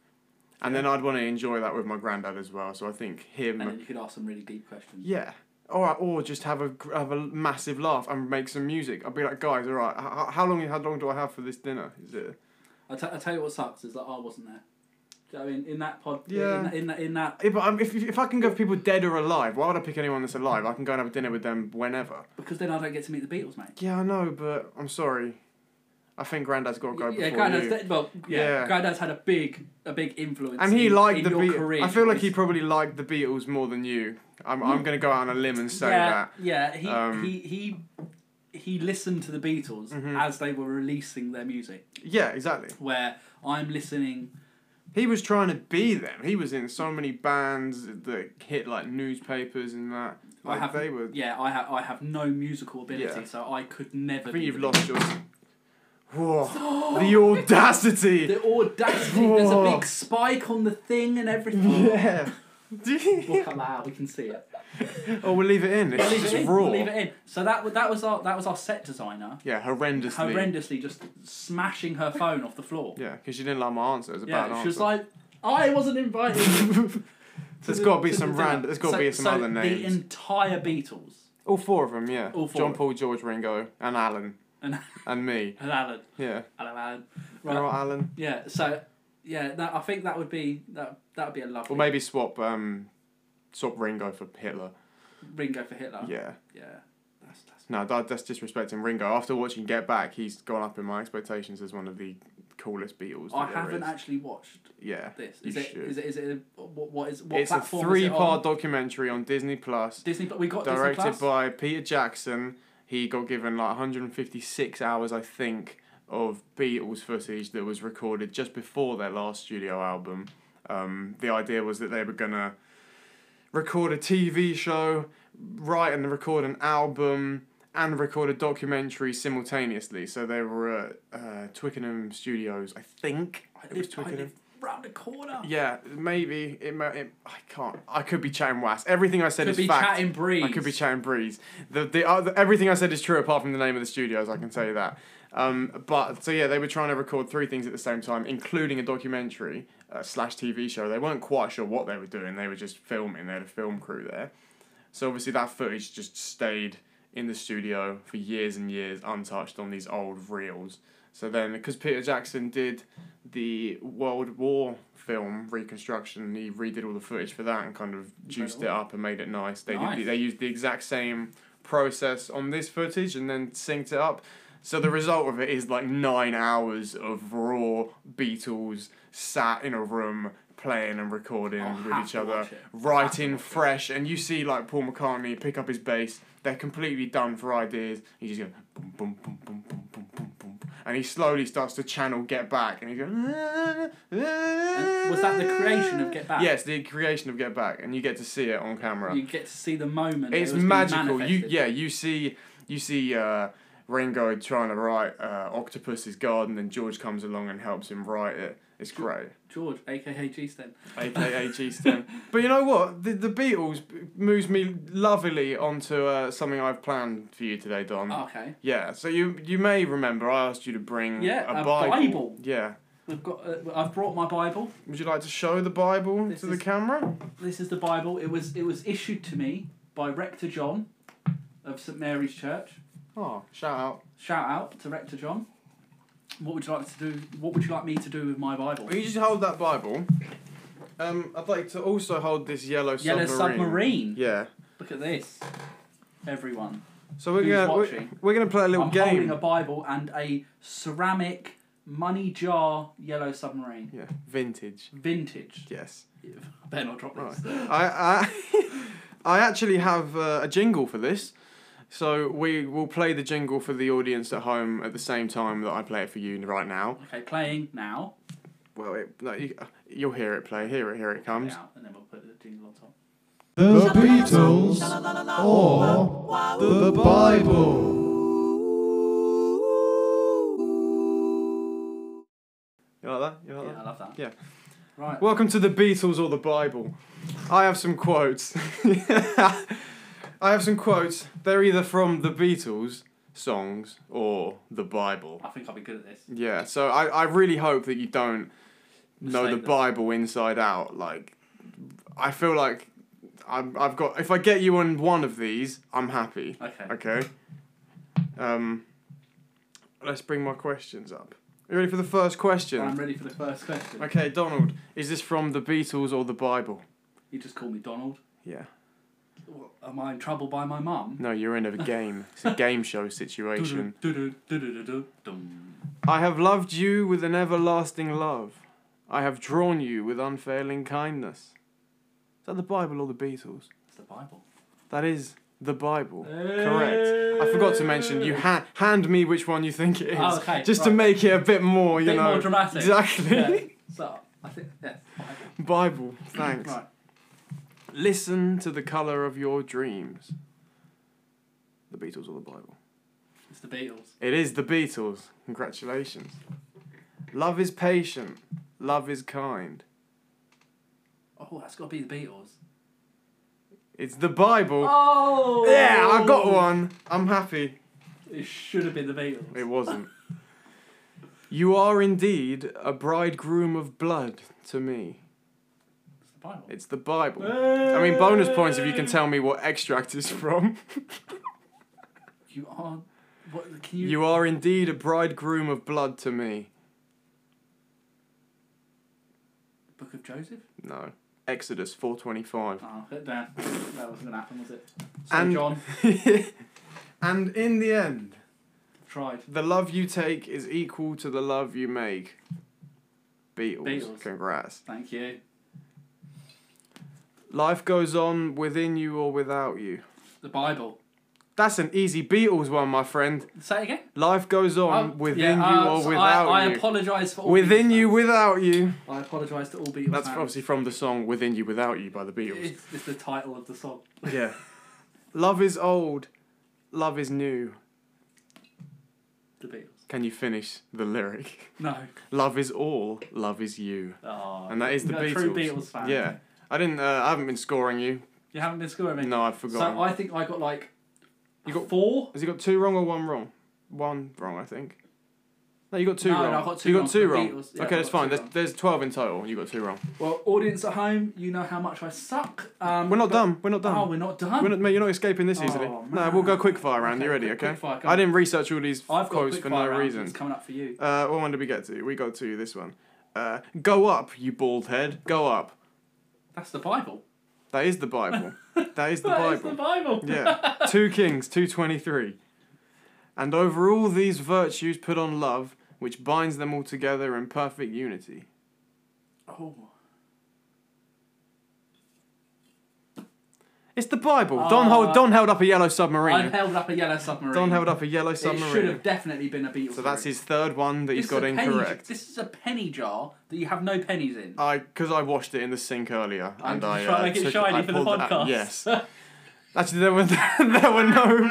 [SPEAKER 2] And then I'd want to enjoy that with my granddad as well. So I think him.
[SPEAKER 1] And then you could ask some really deep questions.
[SPEAKER 2] Yeah. Or, or just have a gr- have a massive laugh and make some music. I'd be like, guys, all right. How, how long how long do I have for this dinner? Is it?
[SPEAKER 1] I, t- I tell you what sucks is that I wasn't there. Do you know what I mean, in that pod,
[SPEAKER 2] Yeah.
[SPEAKER 1] in, in, that, in that,
[SPEAKER 2] If, I'm- if, if I can go for people dead or alive, why would I pick anyone that's alive? I can go and have a dinner with them whenever.
[SPEAKER 1] because then I don't get to meet the Beatles, mate.
[SPEAKER 2] Yeah, I know, but I'm sorry. I think Grandad's got to go
[SPEAKER 1] yeah,
[SPEAKER 2] before
[SPEAKER 1] Grandad's
[SPEAKER 2] you.
[SPEAKER 1] dead- well, yeah,
[SPEAKER 2] Yeah.
[SPEAKER 1] Grandad's had a big, a big influence.
[SPEAKER 2] and he
[SPEAKER 1] in,
[SPEAKER 2] liked
[SPEAKER 1] in
[SPEAKER 2] the
[SPEAKER 1] your
[SPEAKER 2] Beatles.
[SPEAKER 1] career.
[SPEAKER 2] I feel like
[SPEAKER 1] choice.
[SPEAKER 2] he probably liked the Beatles more than you. I'm, I'm going to go out on a limb and say
[SPEAKER 1] yeah,
[SPEAKER 2] that.
[SPEAKER 1] Yeah, he
[SPEAKER 2] Um,
[SPEAKER 1] he he he listened to the Beatles
[SPEAKER 2] Mhm.
[SPEAKER 1] as they were releasing their music.
[SPEAKER 2] Yeah, exactly.
[SPEAKER 1] Where I'm listening,
[SPEAKER 2] He was trying to be them. He was in so many bands that hit like newspapers and that.
[SPEAKER 1] I
[SPEAKER 2] Like
[SPEAKER 1] haven't-
[SPEAKER 2] they were.
[SPEAKER 1] yeah, I have I have no musical ability,
[SPEAKER 2] Yeah.
[SPEAKER 1] so I could never.
[SPEAKER 2] I think
[SPEAKER 1] be
[SPEAKER 2] you've
[SPEAKER 1] the
[SPEAKER 2] lost your. Whoa! the audacity.
[SPEAKER 1] Beatles. The
[SPEAKER 2] [laughs]
[SPEAKER 1] audacity. There's a
[SPEAKER 2] Whoa.
[SPEAKER 1] big spike on [laughs] the thing and everything.
[SPEAKER 2] [laughs] yeah.
[SPEAKER 1] We'll cut that out. We can see it.
[SPEAKER 2] oh, we'll leave it in. It's
[SPEAKER 1] We'll leave
[SPEAKER 2] just
[SPEAKER 1] it in.
[SPEAKER 2] raw.
[SPEAKER 1] We'll leave it in. So that wa- that was our that was our set designer.
[SPEAKER 2] Yeah, horrendously.
[SPEAKER 1] Horrendously, just smashing her phone off the floor.
[SPEAKER 2] Yeah, because you didn't like my answer. It was a bad
[SPEAKER 1] Yeah,
[SPEAKER 2] answer.
[SPEAKER 1] she was like, I wasn't
[SPEAKER 2] [laughs]
[SPEAKER 1] invited.
[SPEAKER 2] There's
[SPEAKER 1] the-
[SPEAKER 2] got to be
[SPEAKER 1] to the
[SPEAKER 2] some
[SPEAKER 1] dinner.
[SPEAKER 2] random. There's got to
[SPEAKER 1] So-
[SPEAKER 2] be some
[SPEAKER 1] so
[SPEAKER 2] other
[SPEAKER 1] The
[SPEAKER 2] names.
[SPEAKER 1] entire Beatles
[SPEAKER 2] all four of them, yeah.
[SPEAKER 1] All four
[SPEAKER 2] John
[SPEAKER 1] of
[SPEAKER 2] Paul, George, Ringo, and Alan,
[SPEAKER 1] and,
[SPEAKER 2] [laughs] and me.
[SPEAKER 1] and Alan,
[SPEAKER 2] Yeah.
[SPEAKER 1] Alan, Alan.
[SPEAKER 2] Right.
[SPEAKER 1] Right.
[SPEAKER 2] Alan.
[SPEAKER 1] Yeah. So yeah, that, I think that would be that that would be a lovely
[SPEAKER 2] Or maybe swap um, swap Ringo for Hitler.
[SPEAKER 1] Ringo for Hitler.
[SPEAKER 2] Yeah.
[SPEAKER 1] Yeah. That's that's
[SPEAKER 2] No, that, that's disrespecting Ringo. After watching Get Back, he's gone up in my expectations as one of the coolest Beatles.
[SPEAKER 1] I
[SPEAKER 2] that there
[SPEAKER 1] haven't
[SPEAKER 2] is.
[SPEAKER 1] actually watched
[SPEAKER 2] Yeah.
[SPEAKER 1] this.
[SPEAKER 2] You
[SPEAKER 1] Is it,
[SPEAKER 2] should.
[SPEAKER 1] is it? Is it? a- What, what is? What
[SPEAKER 2] It's a
[SPEAKER 1] platform is it on?
[SPEAKER 2] three-part documentary on Disney Plus,
[SPEAKER 1] Disney. But we got Disney
[SPEAKER 2] directed
[SPEAKER 1] Plus.
[SPEAKER 2] by Peter Jackson. He got given like 156 hours, I think, of Beatles footage that was recorded just before their last studio album. Um, the idea was that they were gonna record a TV show, write and record an album, and record a documentary simultaneously. So they were at uh, Twickenham Studios, I think.
[SPEAKER 1] I-
[SPEAKER 2] It was
[SPEAKER 1] if- I-
[SPEAKER 2] Twickenham.
[SPEAKER 1] if- round the corner.
[SPEAKER 2] Yeah, maybe it, may, it. I can't. I could be chatting wass. Everything I said
[SPEAKER 1] Could
[SPEAKER 2] is
[SPEAKER 1] be
[SPEAKER 2] fact.
[SPEAKER 1] chatting breeze.
[SPEAKER 2] I could be chatting breeze. The the other, everything I said is true apart from the name of the studios. I can tell you that. Um, but so yeah, they were trying to record three things at the same time, including a documentary uh, slash TV show. They weren't quite sure what they were doing. They were just filming. They had a film crew there. So obviously that footage just stayed in the studio for years and years, untouched on these old reels. So then, because Peter Jackson did the World War film reconstruction, he redid all the footage for that and kind of juiced it
[SPEAKER 1] Incredible.
[SPEAKER 2] up and made it nice. They
[SPEAKER 1] Nice.
[SPEAKER 2] did, the- they used the exact same process on this footage and then synced it up. So the result of it is like nine hours of raw Beatles sat in a room playing and recording
[SPEAKER 1] I'll
[SPEAKER 2] with
[SPEAKER 1] have
[SPEAKER 2] each
[SPEAKER 1] to
[SPEAKER 2] other,
[SPEAKER 1] watch it.
[SPEAKER 2] right
[SPEAKER 1] Have to
[SPEAKER 2] in
[SPEAKER 1] watch it.
[SPEAKER 2] fresh. And you see like Paul McCartney pick up his bass. They're completely done for ideas. He's just going boom, boom, boom, boom, boom, boom, boom, boom, and he slowly starts to channel Get Back, and he's going.
[SPEAKER 1] And
[SPEAKER 2] Was
[SPEAKER 1] was that the creation of Get Back?
[SPEAKER 2] Yes, the creation of Get Back, and you get to see it on camera
[SPEAKER 1] You get to see the moment. that
[SPEAKER 2] it's
[SPEAKER 1] it was being
[SPEAKER 2] magical. You
[SPEAKER 1] manifested.
[SPEAKER 2] yeah, you see you see uh, Ringo trying to write uh, Octopus's Garden, and George comes along and helps him write it. It's great,
[SPEAKER 1] George, aka G Stem.
[SPEAKER 2] aka G Stem. [laughs] But you know what? The the Beatles moves me lovingly onto uh, something I've planned for you today, Don.
[SPEAKER 1] Okay.
[SPEAKER 2] Yeah, so you you may remember I asked you to bring
[SPEAKER 1] Yeah,
[SPEAKER 2] Mm. a,
[SPEAKER 1] a
[SPEAKER 2] Bible.
[SPEAKER 1] Bible.
[SPEAKER 2] Yeah,
[SPEAKER 1] We've got. Uh, I've brought my Bible.
[SPEAKER 2] would you like to show the Bible
[SPEAKER 1] This
[SPEAKER 2] to the
[SPEAKER 1] is-
[SPEAKER 2] camera?
[SPEAKER 1] This is the Bible. It was. It was issued to me by Rector John, of St Mary's Church.
[SPEAKER 2] Oh, shout out!
[SPEAKER 1] Shout out to Rector John. What would you like to do? What would you like me to do with my Bible?
[SPEAKER 2] Will you just hold that Bible? Um, I'd like to also hold this yellow
[SPEAKER 1] Yellow submarine.
[SPEAKER 2] Yeah.
[SPEAKER 1] Look at this, everyone.
[SPEAKER 2] So we're
[SPEAKER 1] Who's
[SPEAKER 2] gonna we're,
[SPEAKER 1] watching?
[SPEAKER 2] we're gonna play a little
[SPEAKER 1] I'm
[SPEAKER 2] game.
[SPEAKER 1] holding a Bible and a ceramic money jar yellow submarine.
[SPEAKER 2] Yeah, vintage.
[SPEAKER 1] Vintage.
[SPEAKER 2] Yes.
[SPEAKER 1] Better not drop this.
[SPEAKER 2] I [laughs] I I actually have uh, a jingle for this. So we will play the jingle for the audience at home at the same time that I play it for you right now.
[SPEAKER 1] Okay, playing now.
[SPEAKER 2] Well, it, no, you, you'll hear it play. Hear it, here it comes.
[SPEAKER 1] Now, and then we'll put the jingle on top.
[SPEAKER 4] The Beatles or the Bible.
[SPEAKER 2] You like that? You like
[SPEAKER 1] Yeah, I
[SPEAKER 2] that?
[SPEAKER 1] love that.
[SPEAKER 2] Yeah.
[SPEAKER 1] Right.
[SPEAKER 2] Welcome to the Beatles or the Bible. I have some quotes. [laughs] I have some quotes. They're either from the Beatles songs or the Bible.
[SPEAKER 1] I think I'll be good at this.
[SPEAKER 2] Yeah, so I, I really hope that you don't
[SPEAKER 1] Mistake
[SPEAKER 2] know the
[SPEAKER 1] them.
[SPEAKER 2] Bible inside out. Like, I feel like I'm, I've got. If I get you on one of these, I'm happy.
[SPEAKER 1] Okay.
[SPEAKER 2] Okay. Um, let's bring my questions up. You ready for the first question?
[SPEAKER 1] I'm ready for the first question.
[SPEAKER 2] Okay, Donald, is this from the Beatles or the Bible?
[SPEAKER 1] You just call me Donald.
[SPEAKER 2] Yeah.
[SPEAKER 1] What, Am I in trouble by my mum?
[SPEAKER 2] No, you're in a game. It's a game show situation.
[SPEAKER 1] Du-du, du-du, du-du, du-dum.
[SPEAKER 2] [laughs] I have loved you with an everlasting love. I have drawn you with unfailing kindness. Is that the Bible or the Beatles?
[SPEAKER 1] It's the Bible.
[SPEAKER 2] That is the Bible. Correct. I forgot to mention you ha- hand me which one you think it is.
[SPEAKER 1] Oh, okay,
[SPEAKER 2] Just to
[SPEAKER 1] right.
[SPEAKER 2] make it a bit more, you
[SPEAKER 1] Bit
[SPEAKER 2] know.
[SPEAKER 1] more dramatic.
[SPEAKER 2] Exactly.
[SPEAKER 1] Yeah. So, I think, yes. Bible.
[SPEAKER 2] [laughs] Bible. Thanks.
[SPEAKER 1] Right.
[SPEAKER 2] Listen to the color of your dreams. The Beatles or the Bible?
[SPEAKER 1] It's the Beatles.
[SPEAKER 2] It is the Beatles. Congratulations. Love is patient. Love is kind.
[SPEAKER 1] Oh, that's got to be the Beatles.
[SPEAKER 2] It's the Bible.
[SPEAKER 1] Oh!
[SPEAKER 2] Yeah, I got one. I'm happy.
[SPEAKER 1] It should have been the
[SPEAKER 2] It
[SPEAKER 1] Beatles.
[SPEAKER 2] wasn't. you are indeed a bridegroom of blood to me.
[SPEAKER 1] It's the Bible.
[SPEAKER 2] It's the Bible. I mean, bonus points if you can tell me what extract is from.
[SPEAKER 1] You are. What, can you.
[SPEAKER 2] you are indeed a bridegroom of blood to me.
[SPEAKER 1] Book of Joseph?
[SPEAKER 2] No. Exodus 425.
[SPEAKER 1] Oh, put it down. that wasn't going to happen, was it? So,
[SPEAKER 2] And-
[SPEAKER 1] John,
[SPEAKER 2] [laughs] and in the end,
[SPEAKER 1] tried.
[SPEAKER 2] The love you take is equal to the love you make. Beatles.
[SPEAKER 1] Beatles.
[SPEAKER 2] Congrats.
[SPEAKER 1] Thank you.
[SPEAKER 2] Life goes on within you or without you.
[SPEAKER 1] The Bible.
[SPEAKER 2] That's an easy Beatles one, my friend.
[SPEAKER 1] Say it again.
[SPEAKER 2] Life goes on
[SPEAKER 1] Oh,
[SPEAKER 2] within
[SPEAKER 1] yeah,
[SPEAKER 2] you
[SPEAKER 1] uh,
[SPEAKER 2] or
[SPEAKER 1] so
[SPEAKER 2] without
[SPEAKER 1] I, I
[SPEAKER 2] you.
[SPEAKER 1] apologise for all
[SPEAKER 2] within
[SPEAKER 1] Beatles
[SPEAKER 2] you,
[SPEAKER 1] fans.
[SPEAKER 2] without you.
[SPEAKER 1] I apologise to all Beatles
[SPEAKER 2] That's
[SPEAKER 1] fans.
[SPEAKER 2] obviously from the song "Within You, Without You" by the Beatles.
[SPEAKER 1] It's, it's the title of the song.
[SPEAKER 2] [laughs] yeah. Love is old. Love is new.
[SPEAKER 1] The Beatles.
[SPEAKER 2] Can you finish the lyric? [laughs]
[SPEAKER 1] No.
[SPEAKER 2] Love is all, love is you.
[SPEAKER 1] Oh,
[SPEAKER 2] And that is the
[SPEAKER 1] you're a
[SPEAKER 2] Beatles.
[SPEAKER 1] True Beatles fan.
[SPEAKER 2] Yeah. I didn't. Uh, I haven't been scoring you.
[SPEAKER 1] You haven't been scoring me.
[SPEAKER 2] No, I've
[SPEAKER 1] So
[SPEAKER 2] forgotten.
[SPEAKER 1] I think I got like
[SPEAKER 2] You got-
[SPEAKER 1] four.
[SPEAKER 2] Has he got two wrong or one wrong? One wrong, I think. No, you got two
[SPEAKER 1] No, no,
[SPEAKER 2] wrong.
[SPEAKER 1] I got two
[SPEAKER 2] you
[SPEAKER 1] wrong
[SPEAKER 2] got
[SPEAKER 1] for
[SPEAKER 2] two
[SPEAKER 1] the
[SPEAKER 2] wrong.
[SPEAKER 1] Beatles. Yeah,
[SPEAKER 2] okay,
[SPEAKER 1] I
[SPEAKER 2] that's
[SPEAKER 1] got two
[SPEAKER 2] fine. There's,
[SPEAKER 1] wrong.
[SPEAKER 2] there's twelve in total. You got two wrong.
[SPEAKER 1] Well, audience at home, you know how much I suck. Um,
[SPEAKER 2] We're not
[SPEAKER 1] but-
[SPEAKER 2] done. We're not done.
[SPEAKER 1] Oh, we're not done.
[SPEAKER 2] We're not, mate, you're not escaping this
[SPEAKER 1] Oh,
[SPEAKER 2] easily. no,
[SPEAKER 1] man.
[SPEAKER 2] we'll go quick fire round.
[SPEAKER 1] Okay,
[SPEAKER 2] you ready?
[SPEAKER 1] quick-
[SPEAKER 2] Okay.
[SPEAKER 1] quick fire, go
[SPEAKER 2] I
[SPEAKER 1] on.
[SPEAKER 2] didn't research all these
[SPEAKER 1] I've got a
[SPEAKER 2] quotes
[SPEAKER 1] quick
[SPEAKER 2] for
[SPEAKER 1] fire
[SPEAKER 2] no
[SPEAKER 1] round.
[SPEAKER 2] reason.
[SPEAKER 1] It's coming up for you.
[SPEAKER 2] Uh, what one did we get to? We got to this one. Uh, go up, you bald head. Go up.
[SPEAKER 1] That's the Bible.
[SPEAKER 2] That is
[SPEAKER 1] [laughs]
[SPEAKER 2] the Bible. that is the
[SPEAKER 1] That is
[SPEAKER 2] Bible.
[SPEAKER 1] the Bible. [laughs]
[SPEAKER 2] yeah. Two Kings, two twenty three. And over all these virtues, put on love, which binds them all together in perfect unity.
[SPEAKER 1] Oh.
[SPEAKER 2] It's the Bible. Don hold
[SPEAKER 1] Uh,
[SPEAKER 2] Don held up a yellow
[SPEAKER 1] I
[SPEAKER 2] submarine.
[SPEAKER 1] held up a yellow submarine.
[SPEAKER 2] Don held up a yellow
[SPEAKER 1] It should
[SPEAKER 2] submarine.
[SPEAKER 1] have definitely been a Beatles.
[SPEAKER 2] So that's
[SPEAKER 1] lyric.
[SPEAKER 2] his third one that he's
[SPEAKER 1] This is
[SPEAKER 2] got
[SPEAKER 1] a penny-
[SPEAKER 2] incorrect.
[SPEAKER 1] this is a penny jar that you have no pennies in.
[SPEAKER 2] I because I washed it in the sink earlier
[SPEAKER 1] I'm
[SPEAKER 2] and
[SPEAKER 1] just
[SPEAKER 2] I
[SPEAKER 1] trying to
[SPEAKER 2] uh,
[SPEAKER 1] make it
[SPEAKER 2] took
[SPEAKER 1] shiny
[SPEAKER 2] I
[SPEAKER 1] for the
[SPEAKER 2] pulled it out.
[SPEAKER 1] podcast.
[SPEAKER 2] Yes. Actually, there were [laughs] there were no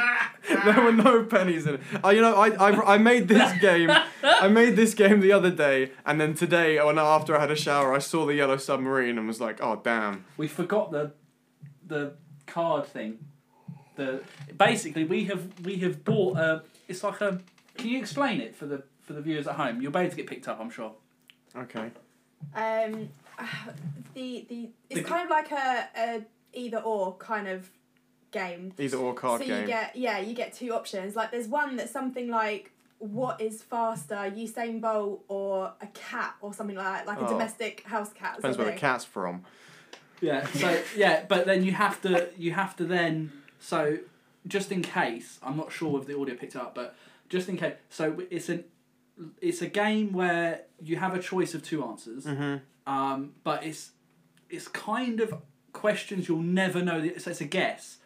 [SPEAKER 2] there were no pennies in it. Oh, you know, I, I, I made this game I made this game the other day, and then today, when after I had a shower, I saw the yellow submarine and was like, oh damn.
[SPEAKER 1] [laughs] We forgot the the card thing. The basically we have we have bought a. It's like a. Can you explain it for the for the viewers at home? You'll be able to get picked up, I'm sure.
[SPEAKER 2] Okay.
[SPEAKER 3] Um, the the it's
[SPEAKER 1] The-
[SPEAKER 3] kind of like a, a either or kind of game.
[SPEAKER 2] Either or card
[SPEAKER 3] so
[SPEAKER 2] game.
[SPEAKER 3] you get yeah, you get two options. Like there's one that's something like what is faster, Usain Bolt or a cat or something like that, like
[SPEAKER 2] Oh.
[SPEAKER 3] a domestic house cat. or
[SPEAKER 2] Depends where the
[SPEAKER 3] something.
[SPEAKER 2] cat's from.
[SPEAKER 1] Yeah. So yeah, but then you have to you have to then so just in case I'm not sure if the audio picked it up, but just in case so it's an it's a game where you have a choice of two answers,
[SPEAKER 2] Mm-hmm.
[SPEAKER 1] um, but it's it's kind of questions you'll never know. the- So it's a guess,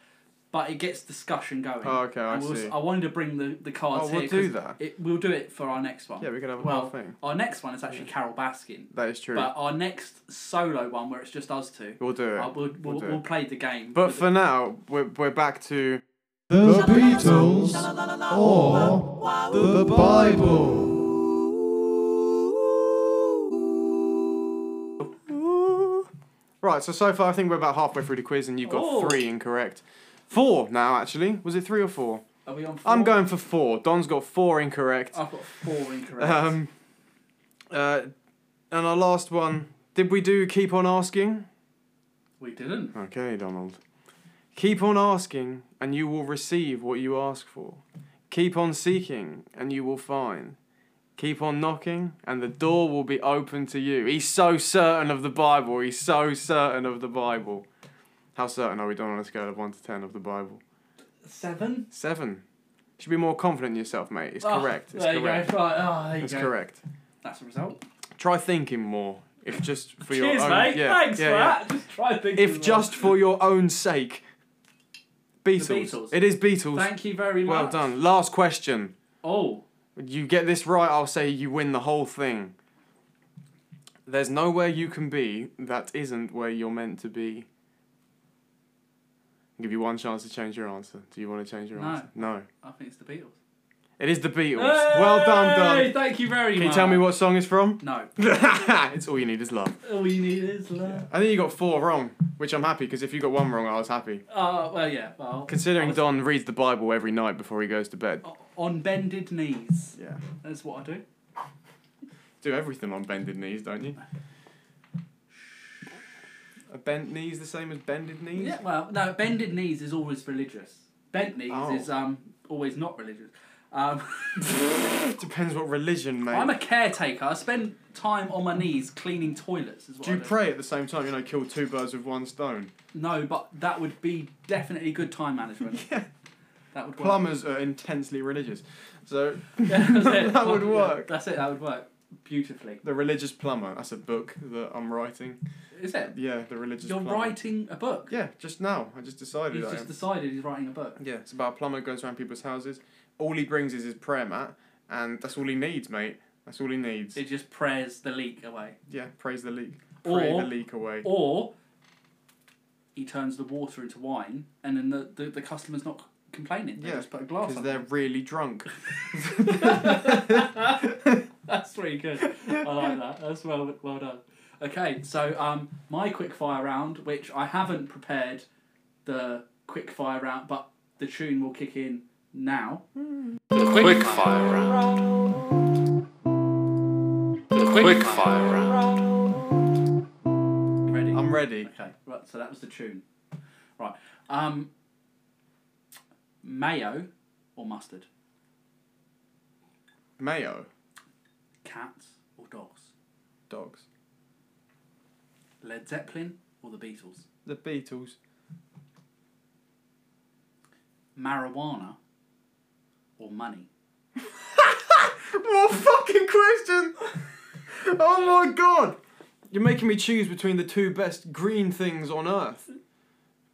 [SPEAKER 1] but it gets discussion going.
[SPEAKER 2] Oh, okay, I
[SPEAKER 1] And we'll,
[SPEAKER 2] see.
[SPEAKER 1] I wanted to bring the the cards
[SPEAKER 2] Oh,
[SPEAKER 1] here.
[SPEAKER 2] we'll do
[SPEAKER 1] 'cause
[SPEAKER 2] that.
[SPEAKER 1] It, we'll do it for our next one.
[SPEAKER 2] Yeah, we could have a
[SPEAKER 1] well,
[SPEAKER 2] whole thing.
[SPEAKER 1] Our next one is actually Carol Baskin,
[SPEAKER 2] That is true.
[SPEAKER 1] but our next solo one where it's just us two.
[SPEAKER 2] we'll do it.
[SPEAKER 1] Uh, we'll, we'll,
[SPEAKER 2] We'll do
[SPEAKER 1] we'll
[SPEAKER 2] it.
[SPEAKER 1] play the game.
[SPEAKER 2] but
[SPEAKER 1] with
[SPEAKER 2] for now, we're, we're back to
[SPEAKER 4] The Beatles or the Bible.
[SPEAKER 2] Right, so so far I think we're about halfway through the quiz and you've got
[SPEAKER 1] Oh.
[SPEAKER 2] three incorrect. Four now, actually. Was it three or four?
[SPEAKER 1] Are we on four?
[SPEAKER 2] I'm going for four. Don's got four incorrect.
[SPEAKER 1] I've got four incorrect.
[SPEAKER 2] Um, uh, and our last one. Did we do keep on asking?
[SPEAKER 1] we didn't.
[SPEAKER 2] Okay, Donald. Keep on asking and you will receive what you ask for. Keep on seeking and you will find. Keep on knocking and the door will be open to you. He's so certain of the Bible. He's so certain of the Bible. How certain are we, Don, on a scale of 1 to 10 of the Bible?
[SPEAKER 1] Seven?
[SPEAKER 2] 7. You should be more confident in yourself, mate. It's
[SPEAKER 1] Oh,
[SPEAKER 2] correct. It's
[SPEAKER 1] there
[SPEAKER 2] correct.
[SPEAKER 1] you go. Right. Oh, there you
[SPEAKER 2] It's
[SPEAKER 1] go.
[SPEAKER 2] correct.
[SPEAKER 1] That's a result.
[SPEAKER 2] Try thinking more. If just for your
[SPEAKER 1] Cheers,
[SPEAKER 2] own.
[SPEAKER 1] mate.
[SPEAKER 2] yeah,
[SPEAKER 1] Thanks
[SPEAKER 2] yeah,
[SPEAKER 1] for
[SPEAKER 2] yeah.
[SPEAKER 1] that. Just try thinking.
[SPEAKER 2] If
[SPEAKER 1] more.
[SPEAKER 2] just for your own sake. Beatles.
[SPEAKER 1] Beatles.
[SPEAKER 2] It is Beatles.
[SPEAKER 1] Thank you very
[SPEAKER 2] well
[SPEAKER 1] much.
[SPEAKER 2] done. Last question.
[SPEAKER 1] Oh,
[SPEAKER 2] You get this right, I'll say you win the whole thing. There's nowhere you can be that isn't where you're meant to be. I'll give you one chance to change your answer. Do you want to change your
[SPEAKER 1] No.
[SPEAKER 2] answer? No.
[SPEAKER 1] I think it's the Beatles.
[SPEAKER 2] It is the Beatles. Well done,
[SPEAKER 1] Hey,
[SPEAKER 2] Don.
[SPEAKER 1] Thank you very
[SPEAKER 2] Can
[SPEAKER 1] much.
[SPEAKER 2] you tell me what song it's from? [laughs]
[SPEAKER 1] No.
[SPEAKER 2] it's all you need is love.
[SPEAKER 1] All you need is love.
[SPEAKER 2] I think you got four wrong, which I'm happy because if you got one wrong, I was happy.
[SPEAKER 1] Uh, well, yeah. Well, I
[SPEAKER 2] Considering
[SPEAKER 1] was
[SPEAKER 2] Don reads the Bible every night before he goes to bed.
[SPEAKER 1] o- On bended knees.
[SPEAKER 2] Yeah.
[SPEAKER 1] That's what I do.
[SPEAKER 2] Do everything on bended knees, don't you? A bent knee's the same as bended knees?
[SPEAKER 1] Yeah, well, no, bended knees is always religious. Bent knees
[SPEAKER 2] Oh.
[SPEAKER 1] is um always not religious. Um,
[SPEAKER 2] [laughs] Depends what religion, [laughs] mate.
[SPEAKER 1] I'm a caretaker. I spend time on my knees cleaning toilets. Is what
[SPEAKER 2] do you
[SPEAKER 1] I
[SPEAKER 2] pray at the same time? You know, kill two birds with one stone.
[SPEAKER 1] No, but that would be definitely good time management.
[SPEAKER 2] [laughs]
[SPEAKER 1] yeah. That would work.
[SPEAKER 2] Plumbers are intensely religious. So,
[SPEAKER 1] [laughs] Yeah, [laughs]
[SPEAKER 2] [laughs]
[SPEAKER 1] that's it.
[SPEAKER 2] that would
[SPEAKER 1] Yeah,
[SPEAKER 2] work.
[SPEAKER 1] that's it. That would work beautifully.
[SPEAKER 2] The Religious Plumber, that's a book that I'm writing.
[SPEAKER 1] Is it?
[SPEAKER 2] Yeah, The Religious
[SPEAKER 1] You're
[SPEAKER 2] Plumber.
[SPEAKER 1] writing a book.
[SPEAKER 2] Yeah, just now. I just decided
[SPEAKER 1] He's
[SPEAKER 2] I
[SPEAKER 1] just
[SPEAKER 2] am.
[SPEAKER 1] decided he's writing a book.
[SPEAKER 2] Yeah, it's about a plumber who goes around people's houses. All he brings is his prayer mat, and that's all he needs, mate. That's all he needs.
[SPEAKER 1] It just prayers the leak away,
[SPEAKER 2] yeah, praise the leak. Pray
[SPEAKER 1] Or-
[SPEAKER 2] the leak away.
[SPEAKER 1] or he turns the water into wine, and then the, the, the customer's not complaining. They
[SPEAKER 2] Yeah,
[SPEAKER 1] just put a glass
[SPEAKER 2] Because
[SPEAKER 1] on.
[SPEAKER 2] they're
[SPEAKER 1] it.
[SPEAKER 2] really [laughs] drunk.
[SPEAKER 1] [laughs] That's pretty good. I like that. That's well well done. Okay, so um, my quick fire round, which I haven't prepared the quick fire round, but the tune will kick in now.
[SPEAKER 5] The quick fire round. The quick fire round.
[SPEAKER 1] You ready?
[SPEAKER 2] I'm ready.
[SPEAKER 1] Okay, right, so that was the tune. Right. Um, mayo or mustard?
[SPEAKER 2] Mayo.
[SPEAKER 1] Cats or dogs?
[SPEAKER 2] Dogs.
[SPEAKER 1] Led Zeppelin or the Beatles?
[SPEAKER 2] The Beatles.
[SPEAKER 1] Marijuana or money?
[SPEAKER 2] What a fucking question? oh my god! You're making me choose between the two best green things on earth,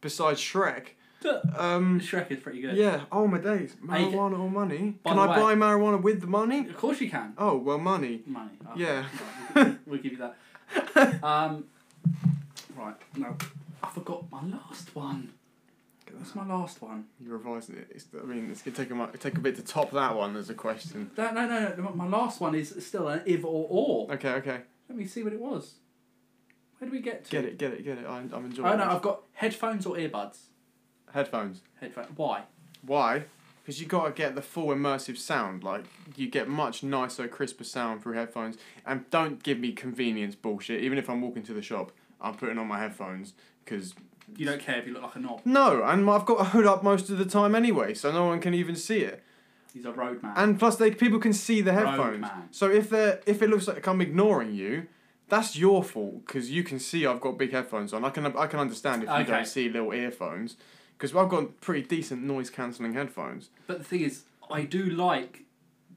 [SPEAKER 2] besides Shrek. Um,
[SPEAKER 1] Shrek is pretty good.
[SPEAKER 2] yeah. Oh my days.
[SPEAKER 1] Hey,
[SPEAKER 2] Marijuana or money?
[SPEAKER 1] by
[SPEAKER 2] Can
[SPEAKER 1] the
[SPEAKER 2] I
[SPEAKER 1] way-
[SPEAKER 2] buy marijuana with the money?
[SPEAKER 1] Of course you can.
[SPEAKER 2] Oh well, money.
[SPEAKER 1] Money. Okay,
[SPEAKER 2] Yeah.
[SPEAKER 1] right,
[SPEAKER 2] [laughs]
[SPEAKER 1] we'll, we'll give you that. Um, right, no. I forgot my last one. What's my last one?
[SPEAKER 2] You're revising it. It's, I mean, it's gonna take a mi- take a bit to top that one as a question.
[SPEAKER 1] That, no, no, no. My last one is still an if or or.
[SPEAKER 2] Okay, okay.
[SPEAKER 1] Let me see what it was. Where do we get to?
[SPEAKER 2] Get it, get it, get it. I, I'm enjoying.
[SPEAKER 1] Oh
[SPEAKER 2] this.
[SPEAKER 1] no, I've got headphones or earbuds.
[SPEAKER 2] headphones.
[SPEAKER 1] Headphones. Why?
[SPEAKER 2] Why? Because you gotta get the full immersive sound. Like you get much nicer, crisper sound through headphones. And don't give me convenience bullshit. Even if I'm walking to the shop, I'm putting on my headphones because
[SPEAKER 1] You don't care if you look like a knob.
[SPEAKER 2] no, and I've got a hood up most of the time anyway, so no one can even see it.
[SPEAKER 1] He's a road man.
[SPEAKER 2] And plus, they people can see the
[SPEAKER 1] Road
[SPEAKER 2] headphones.
[SPEAKER 1] man.
[SPEAKER 2] So if they are if it looks like I'm ignoring you, that's your fault because you can see I've got big headphones on. I can I can understand if you
[SPEAKER 1] Okay.
[SPEAKER 2] don't see little earphones because I've got pretty decent noise cancelling headphones.
[SPEAKER 1] but the thing is, I do like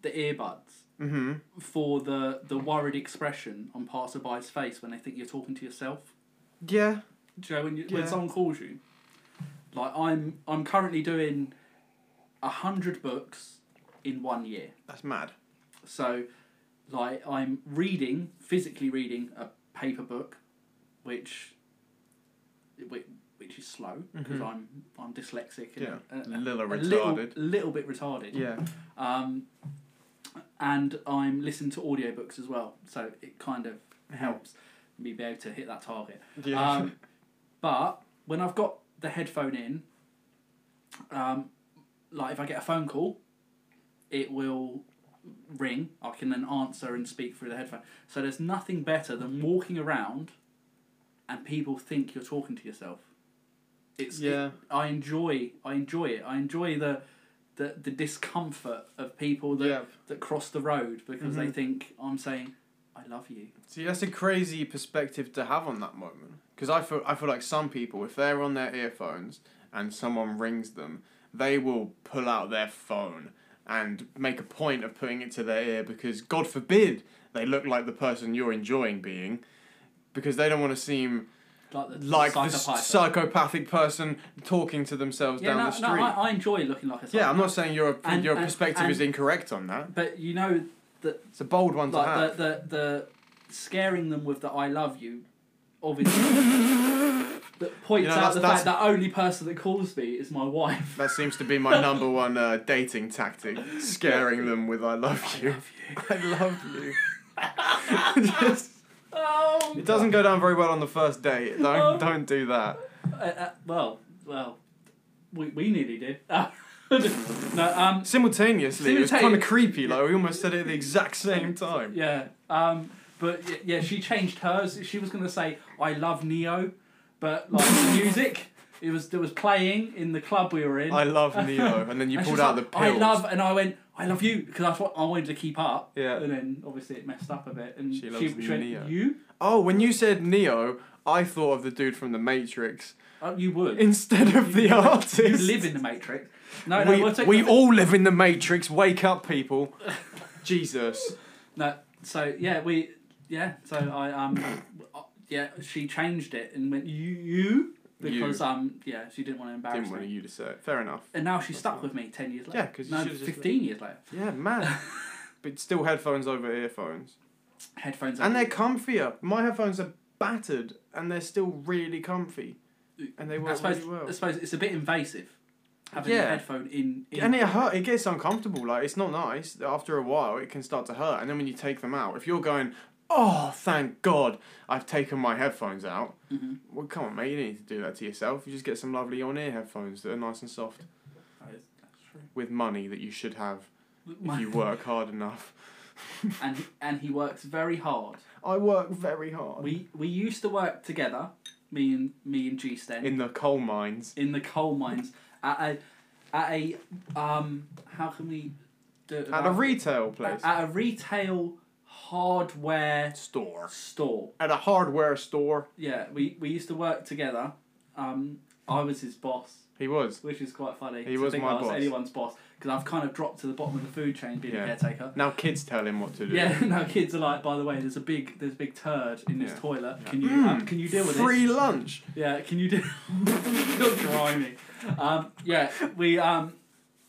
[SPEAKER 1] the earbuds
[SPEAKER 2] Mm-hmm.
[SPEAKER 1] for the the worried expression on passerby's face when they think you're talking to yourself.
[SPEAKER 2] Yeah.
[SPEAKER 1] Do you know when you,
[SPEAKER 2] Yeah.
[SPEAKER 1] when someone calls you? Like I'm I'm currently doing a hundred books in one year.
[SPEAKER 2] That's mad.
[SPEAKER 1] So, like, I'm reading, physically reading a paper book, which, which, which is slow because
[SPEAKER 2] Mhm.
[SPEAKER 1] I'm I'm dyslexic and
[SPEAKER 2] Yeah.
[SPEAKER 1] a, a-
[SPEAKER 2] Little
[SPEAKER 1] uh, a little, [laughs]
[SPEAKER 2] retarded.
[SPEAKER 1] little bit retarded.
[SPEAKER 2] Yeah.
[SPEAKER 1] Um, and I'm listening to audiobooks as well, so it kind of
[SPEAKER 2] Mm-hmm.
[SPEAKER 1] helps me be able to hit that target.
[SPEAKER 2] Yeah. [laughs]
[SPEAKER 1] Um, but when I've got the headphone in, um, like if I get a phone call, it will ring. I can then answer and speak through the headphone. So there's nothing better than walking around and people think you're talking to yourself. It's it-
[SPEAKER 2] Yeah.
[SPEAKER 1] I enjoy I enjoy it. I enjoy the the, the discomfort of people that
[SPEAKER 2] Yeah.
[SPEAKER 1] that cross the road because they
[SPEAKER 2] Mhm.
[SPEAKER 1] think I'm saying I love you.
[SPEAKER 2] See, that's a crazy perspective to have on that moment. Because I feel, I feel like some people, if they're on their earphones and someone rings them, they will pull out their phone and make a point of putting it to their ear because, God forbid, they look like the person you're enjoying being. Because they don't want to seem
[SPEAKER 1] Like the
[SPEAKER 2] like the
[SPEAKER 1] psychopath.
[SPEAKER 2] psychopathic person talking to themselves
[SPEAKER 1] yeah,
[SPEAKER 2] down
[SPEAKER 1] no,
[SPEAKER 2] the street.
[SPEAKER 1] no, I, I enjoy looking like a psychopath.
[SPEAKER 2] yeah, I'm not saying your,
[SPEAKER 1] And-
[SPEAKER 2] your
[SPEAKER 1] and-
[SPEAKER 2] perspective
[SPEAKER 1] and-
[SPEAKER 2] is incorrect on that.
[SPEAKER 1] But you know,
[SPEAKER 2] It's a bold one to have.
[SPEAKER 1] like the, the the scaring them with the "I love you,"
[SPEAKER 2] [laughs]
[SPEAKER 1] obviously. that points
[SPEAKER 2] You know,
[SPEAKER 1] out
[SPEAKER 2] that's-
[SPEAKER 1] the
[SPEAKER 2] that's-
[SPEAKER 1] fact that only person that calls me is my wife.
[SPEAKER 2] [laughs] That seems to be my number one uh, dating tactic, scaring them with "I love you." I love you. [laughs] Just-
[SPEAKER 1] Oh.
[SPEAKER 2] it doesn't go down very well on the
[SPEAKER 1] [laughs]
[SPEAKER 2] first date. Don't don't do that.
[SPEAKER 1] Uh, uh, well, well, we we nearly did. [laughs] no, um,
[SPEAKER 2] Simultaneously, it was kind of
[SPEAKER 1] Simultaneous-
[SPEAKER 2] creepy. Like we almost said it at the
[SPEAKER 1] [laughs]
[SPEAKER 2] exact same time.
[SPEAKER 1] yeah, um, but y- yeah, she changed hers. She was gonna say "I love Neo," but like the music, it was there was playing in the club we were in.
[SPEAKER 2] I love Neo, and then you
[SPEAKER 1] And
[SPEAKER 2] pulled
[SPEAKER 1] she was
[SPEAKER 2] out the
[SPEAKER 1] like,
[SPEAKER 2] pills.
[SPEAKER 1] I love, and I went, I love you, because that's what I wanted to keep up.
[SPEAKER 2] Yeah.
[SPEAKER 1] And then obviously it messed up a bit, and
[SPEAKER 2] She
[SPEAKER 1] she,
[SPEAKER 2] loves
[SPEAKER 1] she went,
[SPEAKER 2] Neo.
[SPEAKER 1] you,
[SPEAKER 2] Oh, when you said Neo, I thought of the dude from The Matrix
[SPEAKER 1] oh, you would,
[SPEAKER 2] instead of the artist.
[SPEAKER 1] you live in the Matrix. No, no,
[SPEAKER 2] we,
[SPEAKER 1] we'll take
[SPEAKER 2] we
[SPEAKER 1] we'll-
[SPEAKER 2] all live in the Matrix. Wake
[SPEAKER 1] [laughs]
[SPEAKER 2] up, people. Jesus.
[SPEAKER 1] No, so yeah, we, yeah, so I um, [coughs] uh, yeah, she changed it and went, you, you, because um, yeah, she didn't want to embarrass
[SPEAKER 2] Didn't want
[SPEAKER 1] me.
[SPEAKER 2] you to say it. Fair enough.
[SPEAKER 1] And now she's stuck with me ten years later.
[SPEAKER 2] Yeah, 'cause you
[SPEAKER 1] no,
[SPEAKER 2] should've just
[SPEAKER 1] fifteen years later. [laughs]
[SPEAKER 2] Yeah, man. but still headphones over earphones.
[SPEAKER 1] Headphones.
[SPEAKER 2] And
[SPEAKER 1] over.
[SPEAKER 2] they're comfier. My headphones are battered and they're still really comfy. And they
[SPEAKER 1] I
[SPEAKER 2] work
[SPEAKER 1] suppose
[SPEAKER 2] really well.
[SPEAKER 1] I suppose it's a bit invasive. having
[SPEAKER 2] Yeah.
[SPEAKER 1] the headphone in. in
[SPEAKER 2] And it hurt. It gets uncomfortable. Like it's not nice. After a while, it can start to hurt. And then when you take them out, if you're going, oh, thank God, I've taken my headphones out.
[SPEAKER 1] Mhm.
[SPEAKER 2] Well, come on, mate. You don't need to do that to yourself. You just get some lovely on-ear headphones that are nice and soft
[SPEAKER 1] That is- that's true.
[SPEAKER 2] with money that you should have if
[SPEAKER 1] My-
[SPEAKER 2] you work
[SPEAKER 1] [laughs]
[SPEAKER 2] hard enough.
[SPEAKER 1] and and he works very hard.
[SPEAKER 2] I work very hard.
[SPEAKER 1] We we used to work together, me and me and G Sten
[SPEAKER 2] in the coal mines.
[SPEAKER 1] in the coal mines at a at a um how can we do it
[SPEAKER 2] At a
[SPEAKER 1] without-
[SPEAKER 2] retail place.
[SPEAKER 1] at a retail hardware
[SPEAKER 2] store.
[SPEAKER 1] store.
[SPEAKER 2] At a hardware store.
[SPEAKER 1] Yeah, we, we used to work together. Um, I was his boss,
[SPEAKER 2] He was.
[SPEAKER 1] which is quite funny.
[SPEAKER 2] He
[SPEAKER 1] to
[SPEAKER 2] was
[SPEAKER 1] think
[SPEAKER 2] my
[SPEAKER 1] I was
[SPEAKER 2] boss.
[SPEAKER 1] anyone's boss because I've kind of dropped to the bottom of the food chain being
[SPEAKER 2] Yeah.
[SPEAKER 1] a caretaker.
[SPEAKER 2] Now kids tell him what to do.
[SPEAKER 1] Yeah, [laughs] now kids are like, by the way, there's a big there's a big turd in this
[SPEAKER 2] Yeah.
[SPEAKER 1] toilet. Can you
[SPEAKER 2] Mm,
[SPEAKER 1] um, can you deal with
[SPEAKER 2] Free
[SPEAKER 1] this?
[SPEAKER 2] lunch.
[SPEAKER 1] Yeah, can you do? [laughs] You're grimy. Um, yeah, we um,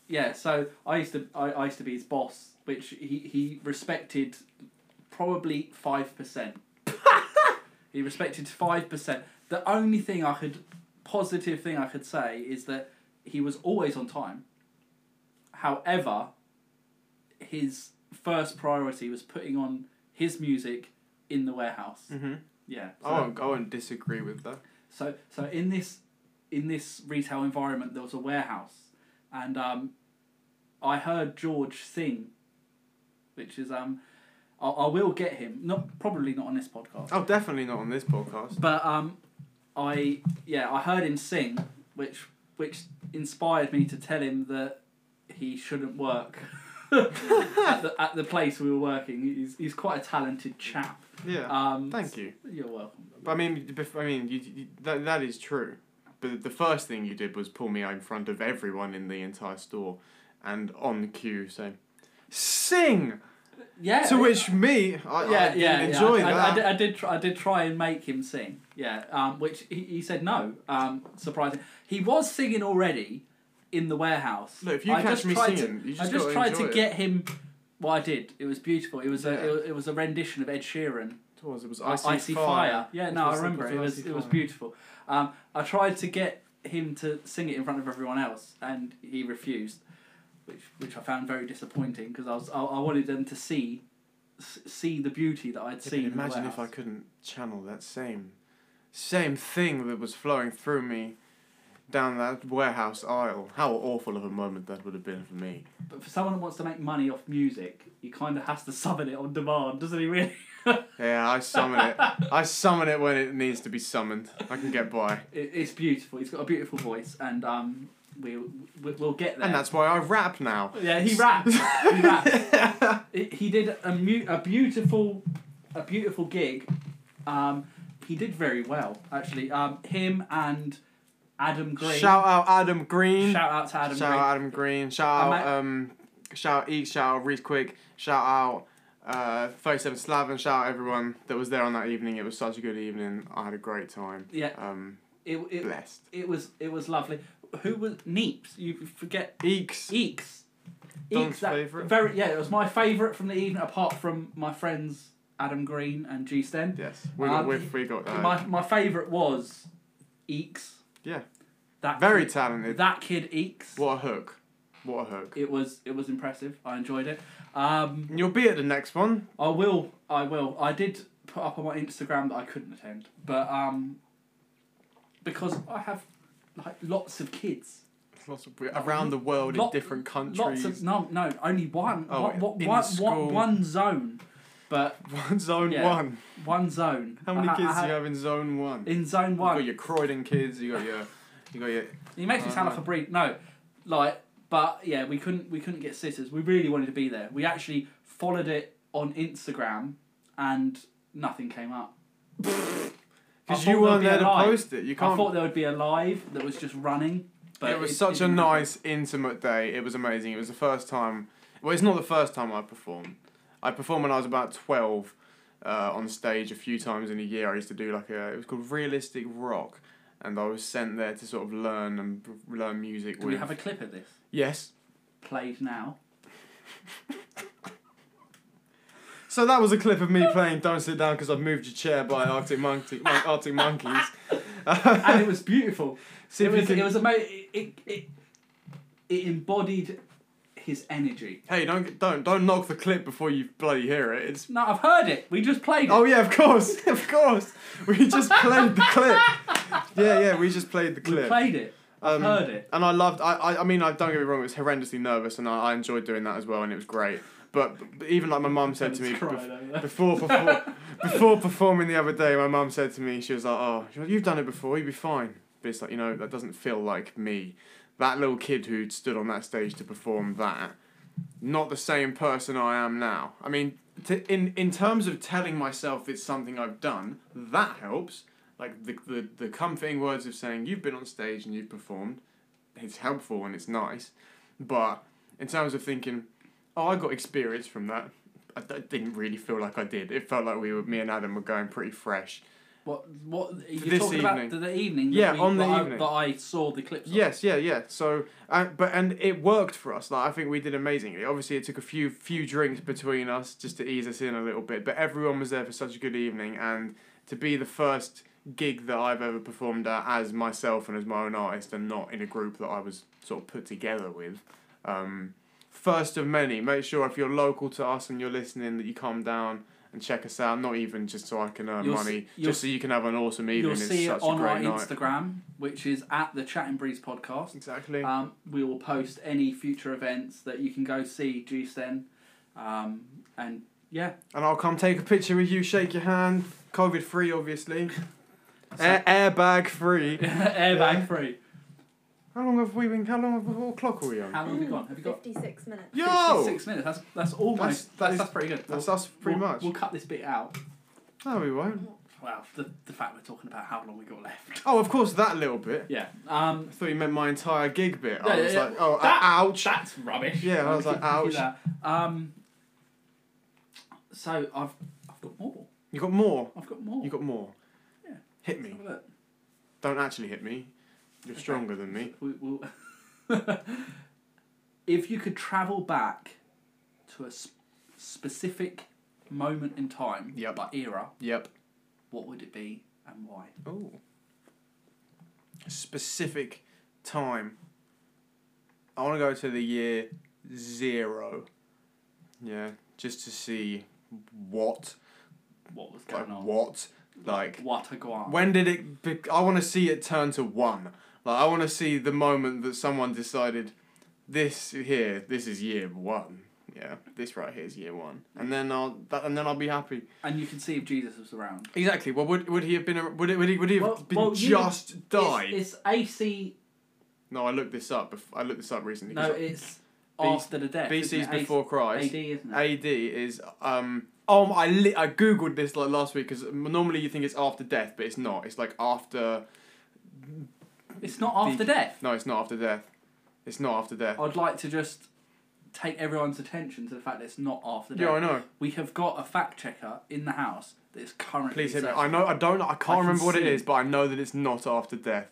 [SPEAKER 1] yeah. So I used to I, I used to be his boss, which he he respected, probably five percent. he respected five percent. The only thing I could positive thing I could say is that he was always on time. However, his first priority was putting on his music in the warehouse.
[SPEAKER 2] Mhm.
[SPEAKER 1] Yeah. so-
[SPEAKER 2] I won't, I won't disagree with that.
[SPEAKER 1] so so in this in this retail environment there was a warehouse and um, I heard George sing, which is um I, I will get him not probably not on this podcast
[SPEAKER 2] Oh, definitely not on this podcast.
[SPEAKER 1] but um I yeah I heard him sing which which inspired me to tell him that he shouldn't work at, the, at the place we were working he's, he's quite a talented chap
[SPEAKER 2] Yeah.
[SPEAKER 1] um,
[SPEAKER 2] Thank you.
[SPEAKER 1] you're welcome
[SPEAKER 2] But I mean, bef- I mean, you, you, that, that is true. But the first thing you did was pull me out in front of everyone in the entire store, and on cue say, "Sing."
[SPEAKER 1] yeah
[SPEAKER 2] to which me, I, I
[SPEAKER 1] yeah,
[SPEAKER 2] didn't
[SPEAKER 1] yeah,
[SPEAKER 2] enjoy
[SPEAKER 1] yeah. I- I,
[SPEAKER 2] that.
[SPEAKER 1] I, did- I did. Try, I did try and make him sing. Yeah, um, which he, he said no. Um, surprising. He was singing already in the warehouse.
[SPEAKER 2] Look, if you
[SPEAKER 1] I
[SPEAKER 2] catch
[SPEAKER 1] just
[SPEAKER 2] me
[SPEAKER 1] tried
[SPEAKER 2] singing,
[SPEAKER 1] to,
[SPEAKER 2] you just
[SPEAKER 1] I just
[SPEAKER 2] gotta
[SPEAKER 1] tried
[SPEAKER 2] enjoy
[SPEAKER 1] to
[SPEAKER 2] it.
[SPEAKER 1] get him. Well, I did. It was beautiful. It was
[SPEAKER 2] Yeah.
[SPEAKER 1] a. It was, it was a rendition of Ed Sheeran.
[SPEAKER 2] it was, it was
[SPEAKER 1] Icy,
[SPEAKER 2] icy,
[SPEAKER 1] fire. Yeah, no, I
[SPEAKER 2] was-
[SPEAKER 1] remember it. It was.
[SPEAKER 2] Icy
[SPEAKER 1] It was
[SPEAKER 2] Fire.
[SPEAKER 1] beautiful. Um, I tried to get him to sing it in front of everyone else, and he refused, which which I found very disappointing because I was I, I wanted them to see. s- See the beauty that I'd
[SPEAKER 2] Yeah, but
[SPEAKER 1] seen. in the
[SPEAKER 2] imagine if I
[SPEAKER 1] warehouse.
[SPEAKER 2] couldn't channel that same, same thing that was flowing through me, down that warehouse aisle. How awful of a moment that would have been for me.
[SPEAKER 1] But for someone that wants to make money off music, he kind of has to [laughs] summon it on demand, doesn't he? Really,
[SPEAKER 2] Yeah, I summon it. I summon it when it needs to be summoned. I can get by.
[SPEAKER 1] it, it's beautiful. He's got a beautiful voice, and um, we we- we'll get there.
[SPEAKER 2] And that's why I rap now.
[SPEAKER 1] yeah, he
[SPEAKER 2] [laughs]
[SPEAKER 1] raps. he raps. he, he did a mu- a beautiful, a beautiful gig. Um, he did very well actually. Um, him and Adam Green.
[SPEAKER 2] Shout out Adam Green.
[SPEAKER 1] Shout out to Adam
[SPEAKER 2] Shout
[SPEAKER 1] Green.
[SPEAKER 2] out Adam Green. Shout
[SPEAKER 1] And
[SPEAKER 2] out
[SPEAKER 1] ma-
[SPEAKER 2] um, shout out Eek. Shout out Reese Quick. Shout out uh, Thirty Seven Slavin. Shout out everyone that was there on that evening. It was such a good evening. I had a great time.
[SPEAKER 1] Yeah.
[SPEAKER 2] Um,
[SPEAKER 1] It, it,
[SPEAKER 2] blessed.
[SPEAKER 1] it was it was lovely. Who was Neeps? You forget
[SPEAKER 2] Eeks.
[SPEAKER 1] Eeks.
[SPEAKER 2] Don's
[SPEAKER 1] Eeks, that-
[SPEAKER 2] favourite.
[SPEAKER 1] Very yeah, it was my favourite from the evening, apart from my friends Adam Green and G Sten.
[SPEAKER 2] Yes. We got
[SPEAKER 1] Um,
[SPEAKER 2] we, we got uh,
[SPEAKER 1] my my favourite was Eeks.
[SPEAKER 2] Yeah.
[SPEAKER 1] That
[SPEAKER 2] very
[SPEAKER 1] kid,
[SPEAKER 2] talented.
[SPEAKER 1] that kid Eeks.
[SPEAKER 2] What a hook. What a hook.
[SPEAKER 1] It was it was impressive. I enjoyed it. Um,
[SPEAKER 2] And you'll be at the next one.
[SPEAKER 1] I will I will I did put up on my Instagram that I couldn't attend, but um, because I have like lots of kids.
[SPEAKER 2] Lots of, around the world
[SPEAKER 1] Lot-
[SPEAKER 2] in different countries.
[SPEAKER 1] Lots of no no only one.
[SPEAKER 2] Oh,
[SPEAKER 1] what, what, one,
[SPEAKER 2] in the
[SPEAKER 1] one-
[SPEAKER 2] school.
[SPEAKER 1] one zone, but
[SPEAKER 2] [laughs] One zone
[SPEAKER 1] Yeah.
[SPEAKER 2] one.
[SPEAKER 1] one zone.
[SPEAKER 2] How many
[SPEAKER 1] I ha-
[SPEAKER 2] kids
[SPEAKER 1] I ha-
[SPEAKER 2] do you have in zone one?
[SPEAKER 1] in zone
[SPEAKER 2] You
[SPEAKER 1] one?
[SPEAKER 2] got your Croydon kids. You got your. You got your.
[SPEAKER 1] He makes me sound
[SPEAKER 2] Um,
[SPEAKER 1] like a breed. No, like, but yeah, we couldn't we couldn't get sitters. We really wanted to be there. We actually followed it on Instagram, and nothing came
[SPEAKER 2] [laughs]
[SPEAKER 1] up. I
[SPEAKER 2] Because
[SPEAKER 1] thought
[SPEAKER 2] you weren't
[SPEAKER 1] there'd
[SPEAKER 2] there
[SPEAKER 1] be a
[SPEAKER 2] to
[SPEAKER 1] live.
[SPEAKER 2] post it. You
[SPEAKER 1] I
[SPEAKER 2] can't.
[SPEAKER 1] thought there would be a live that was just running. But
[SPEAKER 2] it was such a
[SPEAKER 1] didn't happen.
[SPEAKER 2] nice, intimate day. It was amazing. It was the first time. Well, it's not the first time I performed. I performed when I was about twelve, uh, on stage a few times in a year. I used to do like a. It was called realistic rock, and I was sent there to sort of learn and b- learn music.
[SPEAKER 1] Do
[SPEAKER 2] with
[SPEAKER 1] we have a clip of this
[SPEAKER 2] yes.
[SPEAKER 1] played now?
[SPEAKER 2] So that was a clip
[SPEAKER 1] [laughs]
[SPEAKER 2] of me playing "Don't Sit Down" because I've moved your chair by Arctic Monkey, Mon- Arctic Monkeys.
[SPEAKER 1] [laughs] [laughs] and it was beautiful.
[SPEAKER 2] [laughs] See
[SPEAKER 1] it
[SPEAKER 2] if you
[SPEAKER 1] was
[SPEAKER 2] can-
[SPEAKER 1] it was a mo- it, it, it it embodied his energy.
[SPEAKER 2] Hey, don't don't don't knock the clip before you bloody hear it. It's
[SPEAKER 1] No, I've heard it. We just played it.
[SPEAKER 2] oh yeah, of course, [laughs] of course. We just played the clip. Yeah, yeah, we just played the
[SPEAKER 1] we
[SPEAKER 2] clip.
[SPEAKER 1] played it. I've
[SPEAKER 2] Um,
[SPEAKER 1] heard it.
[SPEAKER 2] And I loved. I, I, I mean, I don't get me wrong. I was horrendously nervous, and I, I enjoyed doing that as well, and it was great. But, but even like my mum said to me
[SPEAKER 1] Just cried
[SPEAKER 2] bef-
[SPEAKER 1] over that.
[SPEAKER 2] before before before performing the other day, my mum said to me, she was like, "Oh, she was like, you've done it before. You'll be fine." But it's like you know that doesn't feel like me. That little kid who stood on that stage to perform that, not the same person I am now. I mean, to, in in terms of telling myself it's something I've done, that helps. Like the, the the comforting words of saying you've been on stage and you've performed, it's helpful and it's nice. But in terms of thinking, oh, I got experience from that. I d- didn't really feel like I did. It felt like we were me and Adam were going pretty fresh.
[SPEAKER 1] What? What? You're
[SPEAKER 2] this
[SPEAKER 1] talking about
[SPEAKER 2] evening.
[SPEAKER 1] the, the evening? that
[SPEAKER 2] Yeah,
[SPEAKER 1] we-
[SPEAKER 2] on the
[SPEAKER 1] that I,
[SPEAKER 2] evening.
[SPEAKER 1] that I saw the clips. of.
[SPEAKER 2] Yes, yeah, yeah. So, uh, but and it worked for us. Like I think we did amazingly. Obviously, it took a few few drinks between us just to ease us in a little bit. But everyone was there for such a good evening, and to be the first gig that I've ever performed at as myself and as my own artist, and not in a group that I was sort of put together with. Um, first of many. Make sure if you're local to us and you're listening that you come down. And check us out, not even just so I can earn
[SPEAKER 1] You'll
[SPEAKER 2] money,
[SPEAKER 1] see- you'll
[SPEAKER 2] just so you can have an awesome evening.
[SPEAKER 1] You'll
[SPEAKER 2] it's
[SPEAKER 1] see it
[SPEAKER 2] such a
[SPEAKER 1] on
[SPEAKER 2] great
[SPEAKER 1] our
[SPEAKER 2] night.
[SPEAKER 1] Instagram, which is at the Chatting Breeze Podcast.
[SPEAKER 2] Exactly.
[SPEAKER 1] Um, we will post any future events that you can go see GSTEN. Um, and yeah,
[SPEAKER 2] And I'll come take a picture with you, shake your hand. COVID free, obviously.
[SPEAKER 1] So-
[SPEAKER 2] Air, airbag
[SPEAKER 1] [laughs]
[SPEAKER 2] free. Eh.
[SPEAKER 1] airbag free.
[SPEAKER 2] How long have we been? How long have what clock are we on?
[SPEAKER 1] How long have you gone? Have you got?
[SPEAKER 3] 56 minutes.
[SPEAKER 2] Yo!
[SPEAKER 1] Six minutes. That's that's almost that's
[SPEAKER 2] that
[SPEAKER 1] that's,
[SPEAKER 2] is-
[SPEAKER 1] pretty good.
[SPEAKER 2] Oh! That's us pretty
[SPEAKER 1] we'll,
[SPEAKER 2] much.
[SPEAKER 1] We'll cut this bit out.
[SPEAKER 2] No, we won't.
[SPEAKER 1] Well, the, the fact we're talking about how long we got left. [laughs]
[SPEAKER 2] Oh, of course, that little bit.
[SPEAKER 1] Yeah. Um,
[SPEAKER 2] I thought you meant my entire gig bit.
[SPEAKER 1] Yeah,
[SPEAKER 2] I
[SPEAKER 1] yeah,
[SPEAKER 2] was
[SPEAKER 1] yeah.
[SPEAKER 2] like, oh,
[SPEAKER 1] That-
[SPEAKER 2] uh, ouch.
[SPEAKER 1] That's rubbish.
[SPEAKER 2] Yeah, I
[SPEAKER 1] [laughs]
[SPEAKER 2] was like,
[SPEAKER 1] I'll give you
[SPEAKER 2] ouch.
[SPEAKER 1] that. Um, so I've I've got more.
[SPEAKER 2] You got more.
[SPEAKER 1] I've got more.
[SPEAKER 2] You got more.
[SPEAKER 1] Yeah.
[SPEAKER 2] Hit
[SPEAKER 1] Let's
[SPEAKER 2] me.
[SPEAKER 1] have a look.
[SPEAKER 2] Don't actually hit me. You're
[SPEAKER 1] Okay.
[SPEAKER 2] stronger than me.
[SPEAKER 1] We, will [laughs] if you could travel back to a sp- specific moment in time,
[SPEAKER 2] Yep.
[SPEAKER 1] but era,
[SPEAKER 2] Yep.
[SPEAKER 1] what would it be and why?
[SPEAKER 2] Oh. Specific time. I want to go to the year zero. Yeah, just to see what,
[SPEAKER 1] What was going
[SPEAKER 2] like
[SPEAKER 1] on?
[SPEAKER 2] what, like
[SPEAKER 1] What a guan.
[SPEAKER 2] when did it? Be- I want to see it turn to one. Like I want to see the moment that someone decided, this here, this is year one. Yeah, this right here is year one, and then I'll that, and then I'll be happy.
[SPEAKER 1] and you can see if Jesus was around.
[SPEAKER 2] Exactly. Well, would, would he have been? a- Would it, would he would he have
[SPEAKER 1] Well-
[SPEAKER 2] been
[SPEAKER 1] well, you-
[SPEAKER 2] just died?
[SPEAKER 1] It's, it's AC.
[SPEAKER 2] No, I looked this up. Bef- I looked this up recently.
[SPEAKER 1] No,
[SPEAKER 2] 'cause
[SPEAKER 1] it's
[SPEAKER 2] B-
[SPEAKER 1] after the death. isn't
[SPEAKER 2] BC's
[SPEAKER 1] it?
[SPEAKER 2] before
[SPEAKER 1] AC,
[SPEAKER 2] Christ.
[SPEAKER 1] AD, isn't it?
[SPEAKER 2] AD is um. Oh, I li- I googled this like last week because normally you think it's after death, but it's not. It's like after.
[SPEAKER 1] it's not after
[SPEAKER 2] the-
[SPEAKER 1] death.
[SPEAKER 2] No, it's not after death. It's not after death.
[SPEAKER 1] I'd like to just take everyone's attention to the fact that it's not after death.
[SPEAKER 2] yeah, I know.
[SPEAKER 1] We have got a fact checker in the house that is currently.
[SPEAKER 2] Please hit me.
[SPEAKER 1] searching.
[SPEAKER 2] I know. I don't. I can't
[SPEAKER 1] can
[SPEAKER 2] remember what it
[SPEAKER 1] see.
[SPEAKER 2] is, but I know that it's not after death.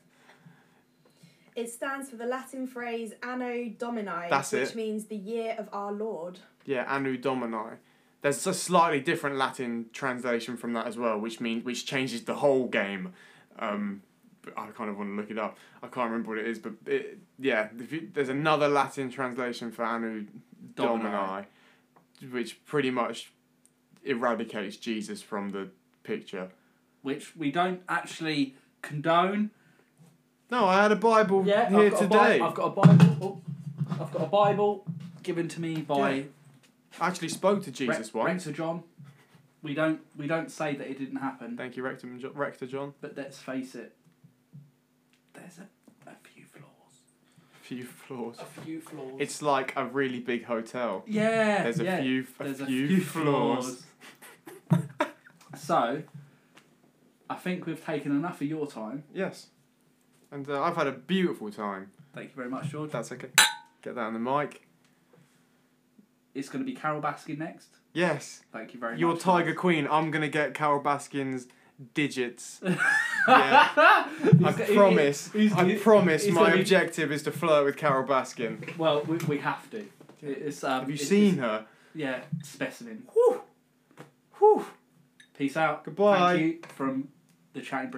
[SPEAKER 3] It stands for the Latin phrase Anno Domini,
[SPEAKER 2] That's
[SPEAKER 3] which
[SPEAKER 2] it.
[SPEAKER 3] means the year of our Lord.
[SPEAKER 2] Yeah, Anu Domini. There's a slightly different Latin translation from that as well, which means which changes the whole game. Um, but I kind of want to look it up. I can't remember what it is, but it, yeah, if you, there's another Latin translation for Anu Domini,
[SPEAKER 1] Domini.
[SPEAKER 2] which pretty much eradicates Jesus from the picture.
[SPEAKER 1] Which we don't actually condone.
[SPEAKER 2] No, I had a Bible
[SPEAKER 1] Yeah,
[SPEAKER 2] here
[SPEAKER 1] I've got
[SPEAKER 2] today.
[SPEAKER 1] A Bi- I've got a Bible. Oh, I've got a Bible given to me by
[SPEAKER 2] Yeah, I actually spoke to Jesus
[SPEAKER 1] Rec-
[SPEAKER 2] once.
[SPEAKER 1] Rector John. We don't we don't say that it didn't happen,
[SPEAKER 2] Thank you, Rector, Jo- Rector John.
[SPEAKER 1] but let's face it. There's a, a few flaws.
[SPEAKER 2] A few floors.
[SPEAKER 1] A few flaws.
[SPEAKER 2] It's like a really big hotel.
[SPEAKER 1] yeah.
[SPEAKER 2] There's a
[SPEAKER 1] yeah.
[SPEAKER 2] few, a
[SPEAKER 1] There's
[SPEAKER 2] few, flaws.
[SPEAKER 1] flaws. [laughs] so, I think we've taken enough of your time.
[SPEAKER 2] Yes, and uh, I've had a beautiful time.
[SPEAKER 1] Thank you very much, George.
[SPEAKER 2] That's okay. Get that on the mic.
[SPEAKER 1] It's going to be Carol Baskin next.
[SPEAKER 2] Yes,
[SPEAKER 1] Thank you very
[SPEAKER 2] you're
[SPEAKER 1] much. [laughs]
[SPEAKER 2] Tiger Queen. I'm gonna get Carol Baskin's
[SPEAKER 1] [laughs]
[SPEAKER 2] digits. yeah, I promise.
[SPEAKER 1] he's-
[SPEAKER 2] I
[SPEAKER 1] he's-
[SPEAKER 2] promise.
[SPEAKER 1] he's
[SPEAKER 2] My
[SPEAKER 1] gonna be-
[SPEAKER 2] objective is to flirt with Carol Baskin.
[SPEAKER 1] Well, we, we have to. It- It's, um,
[SPEAKER 2] Have you
[SPEAKER 1] it's-
[SPEAKER 2] seen her?
[SPEAKER 1] Yeah, specimen.
[SPEAKER 2] Whew. Whew.
[SPEAKER 1] Peace out.
[SPEAKER 2] Goodbye.
[SPEAKER 1] Thank you from the Chatting Breeze.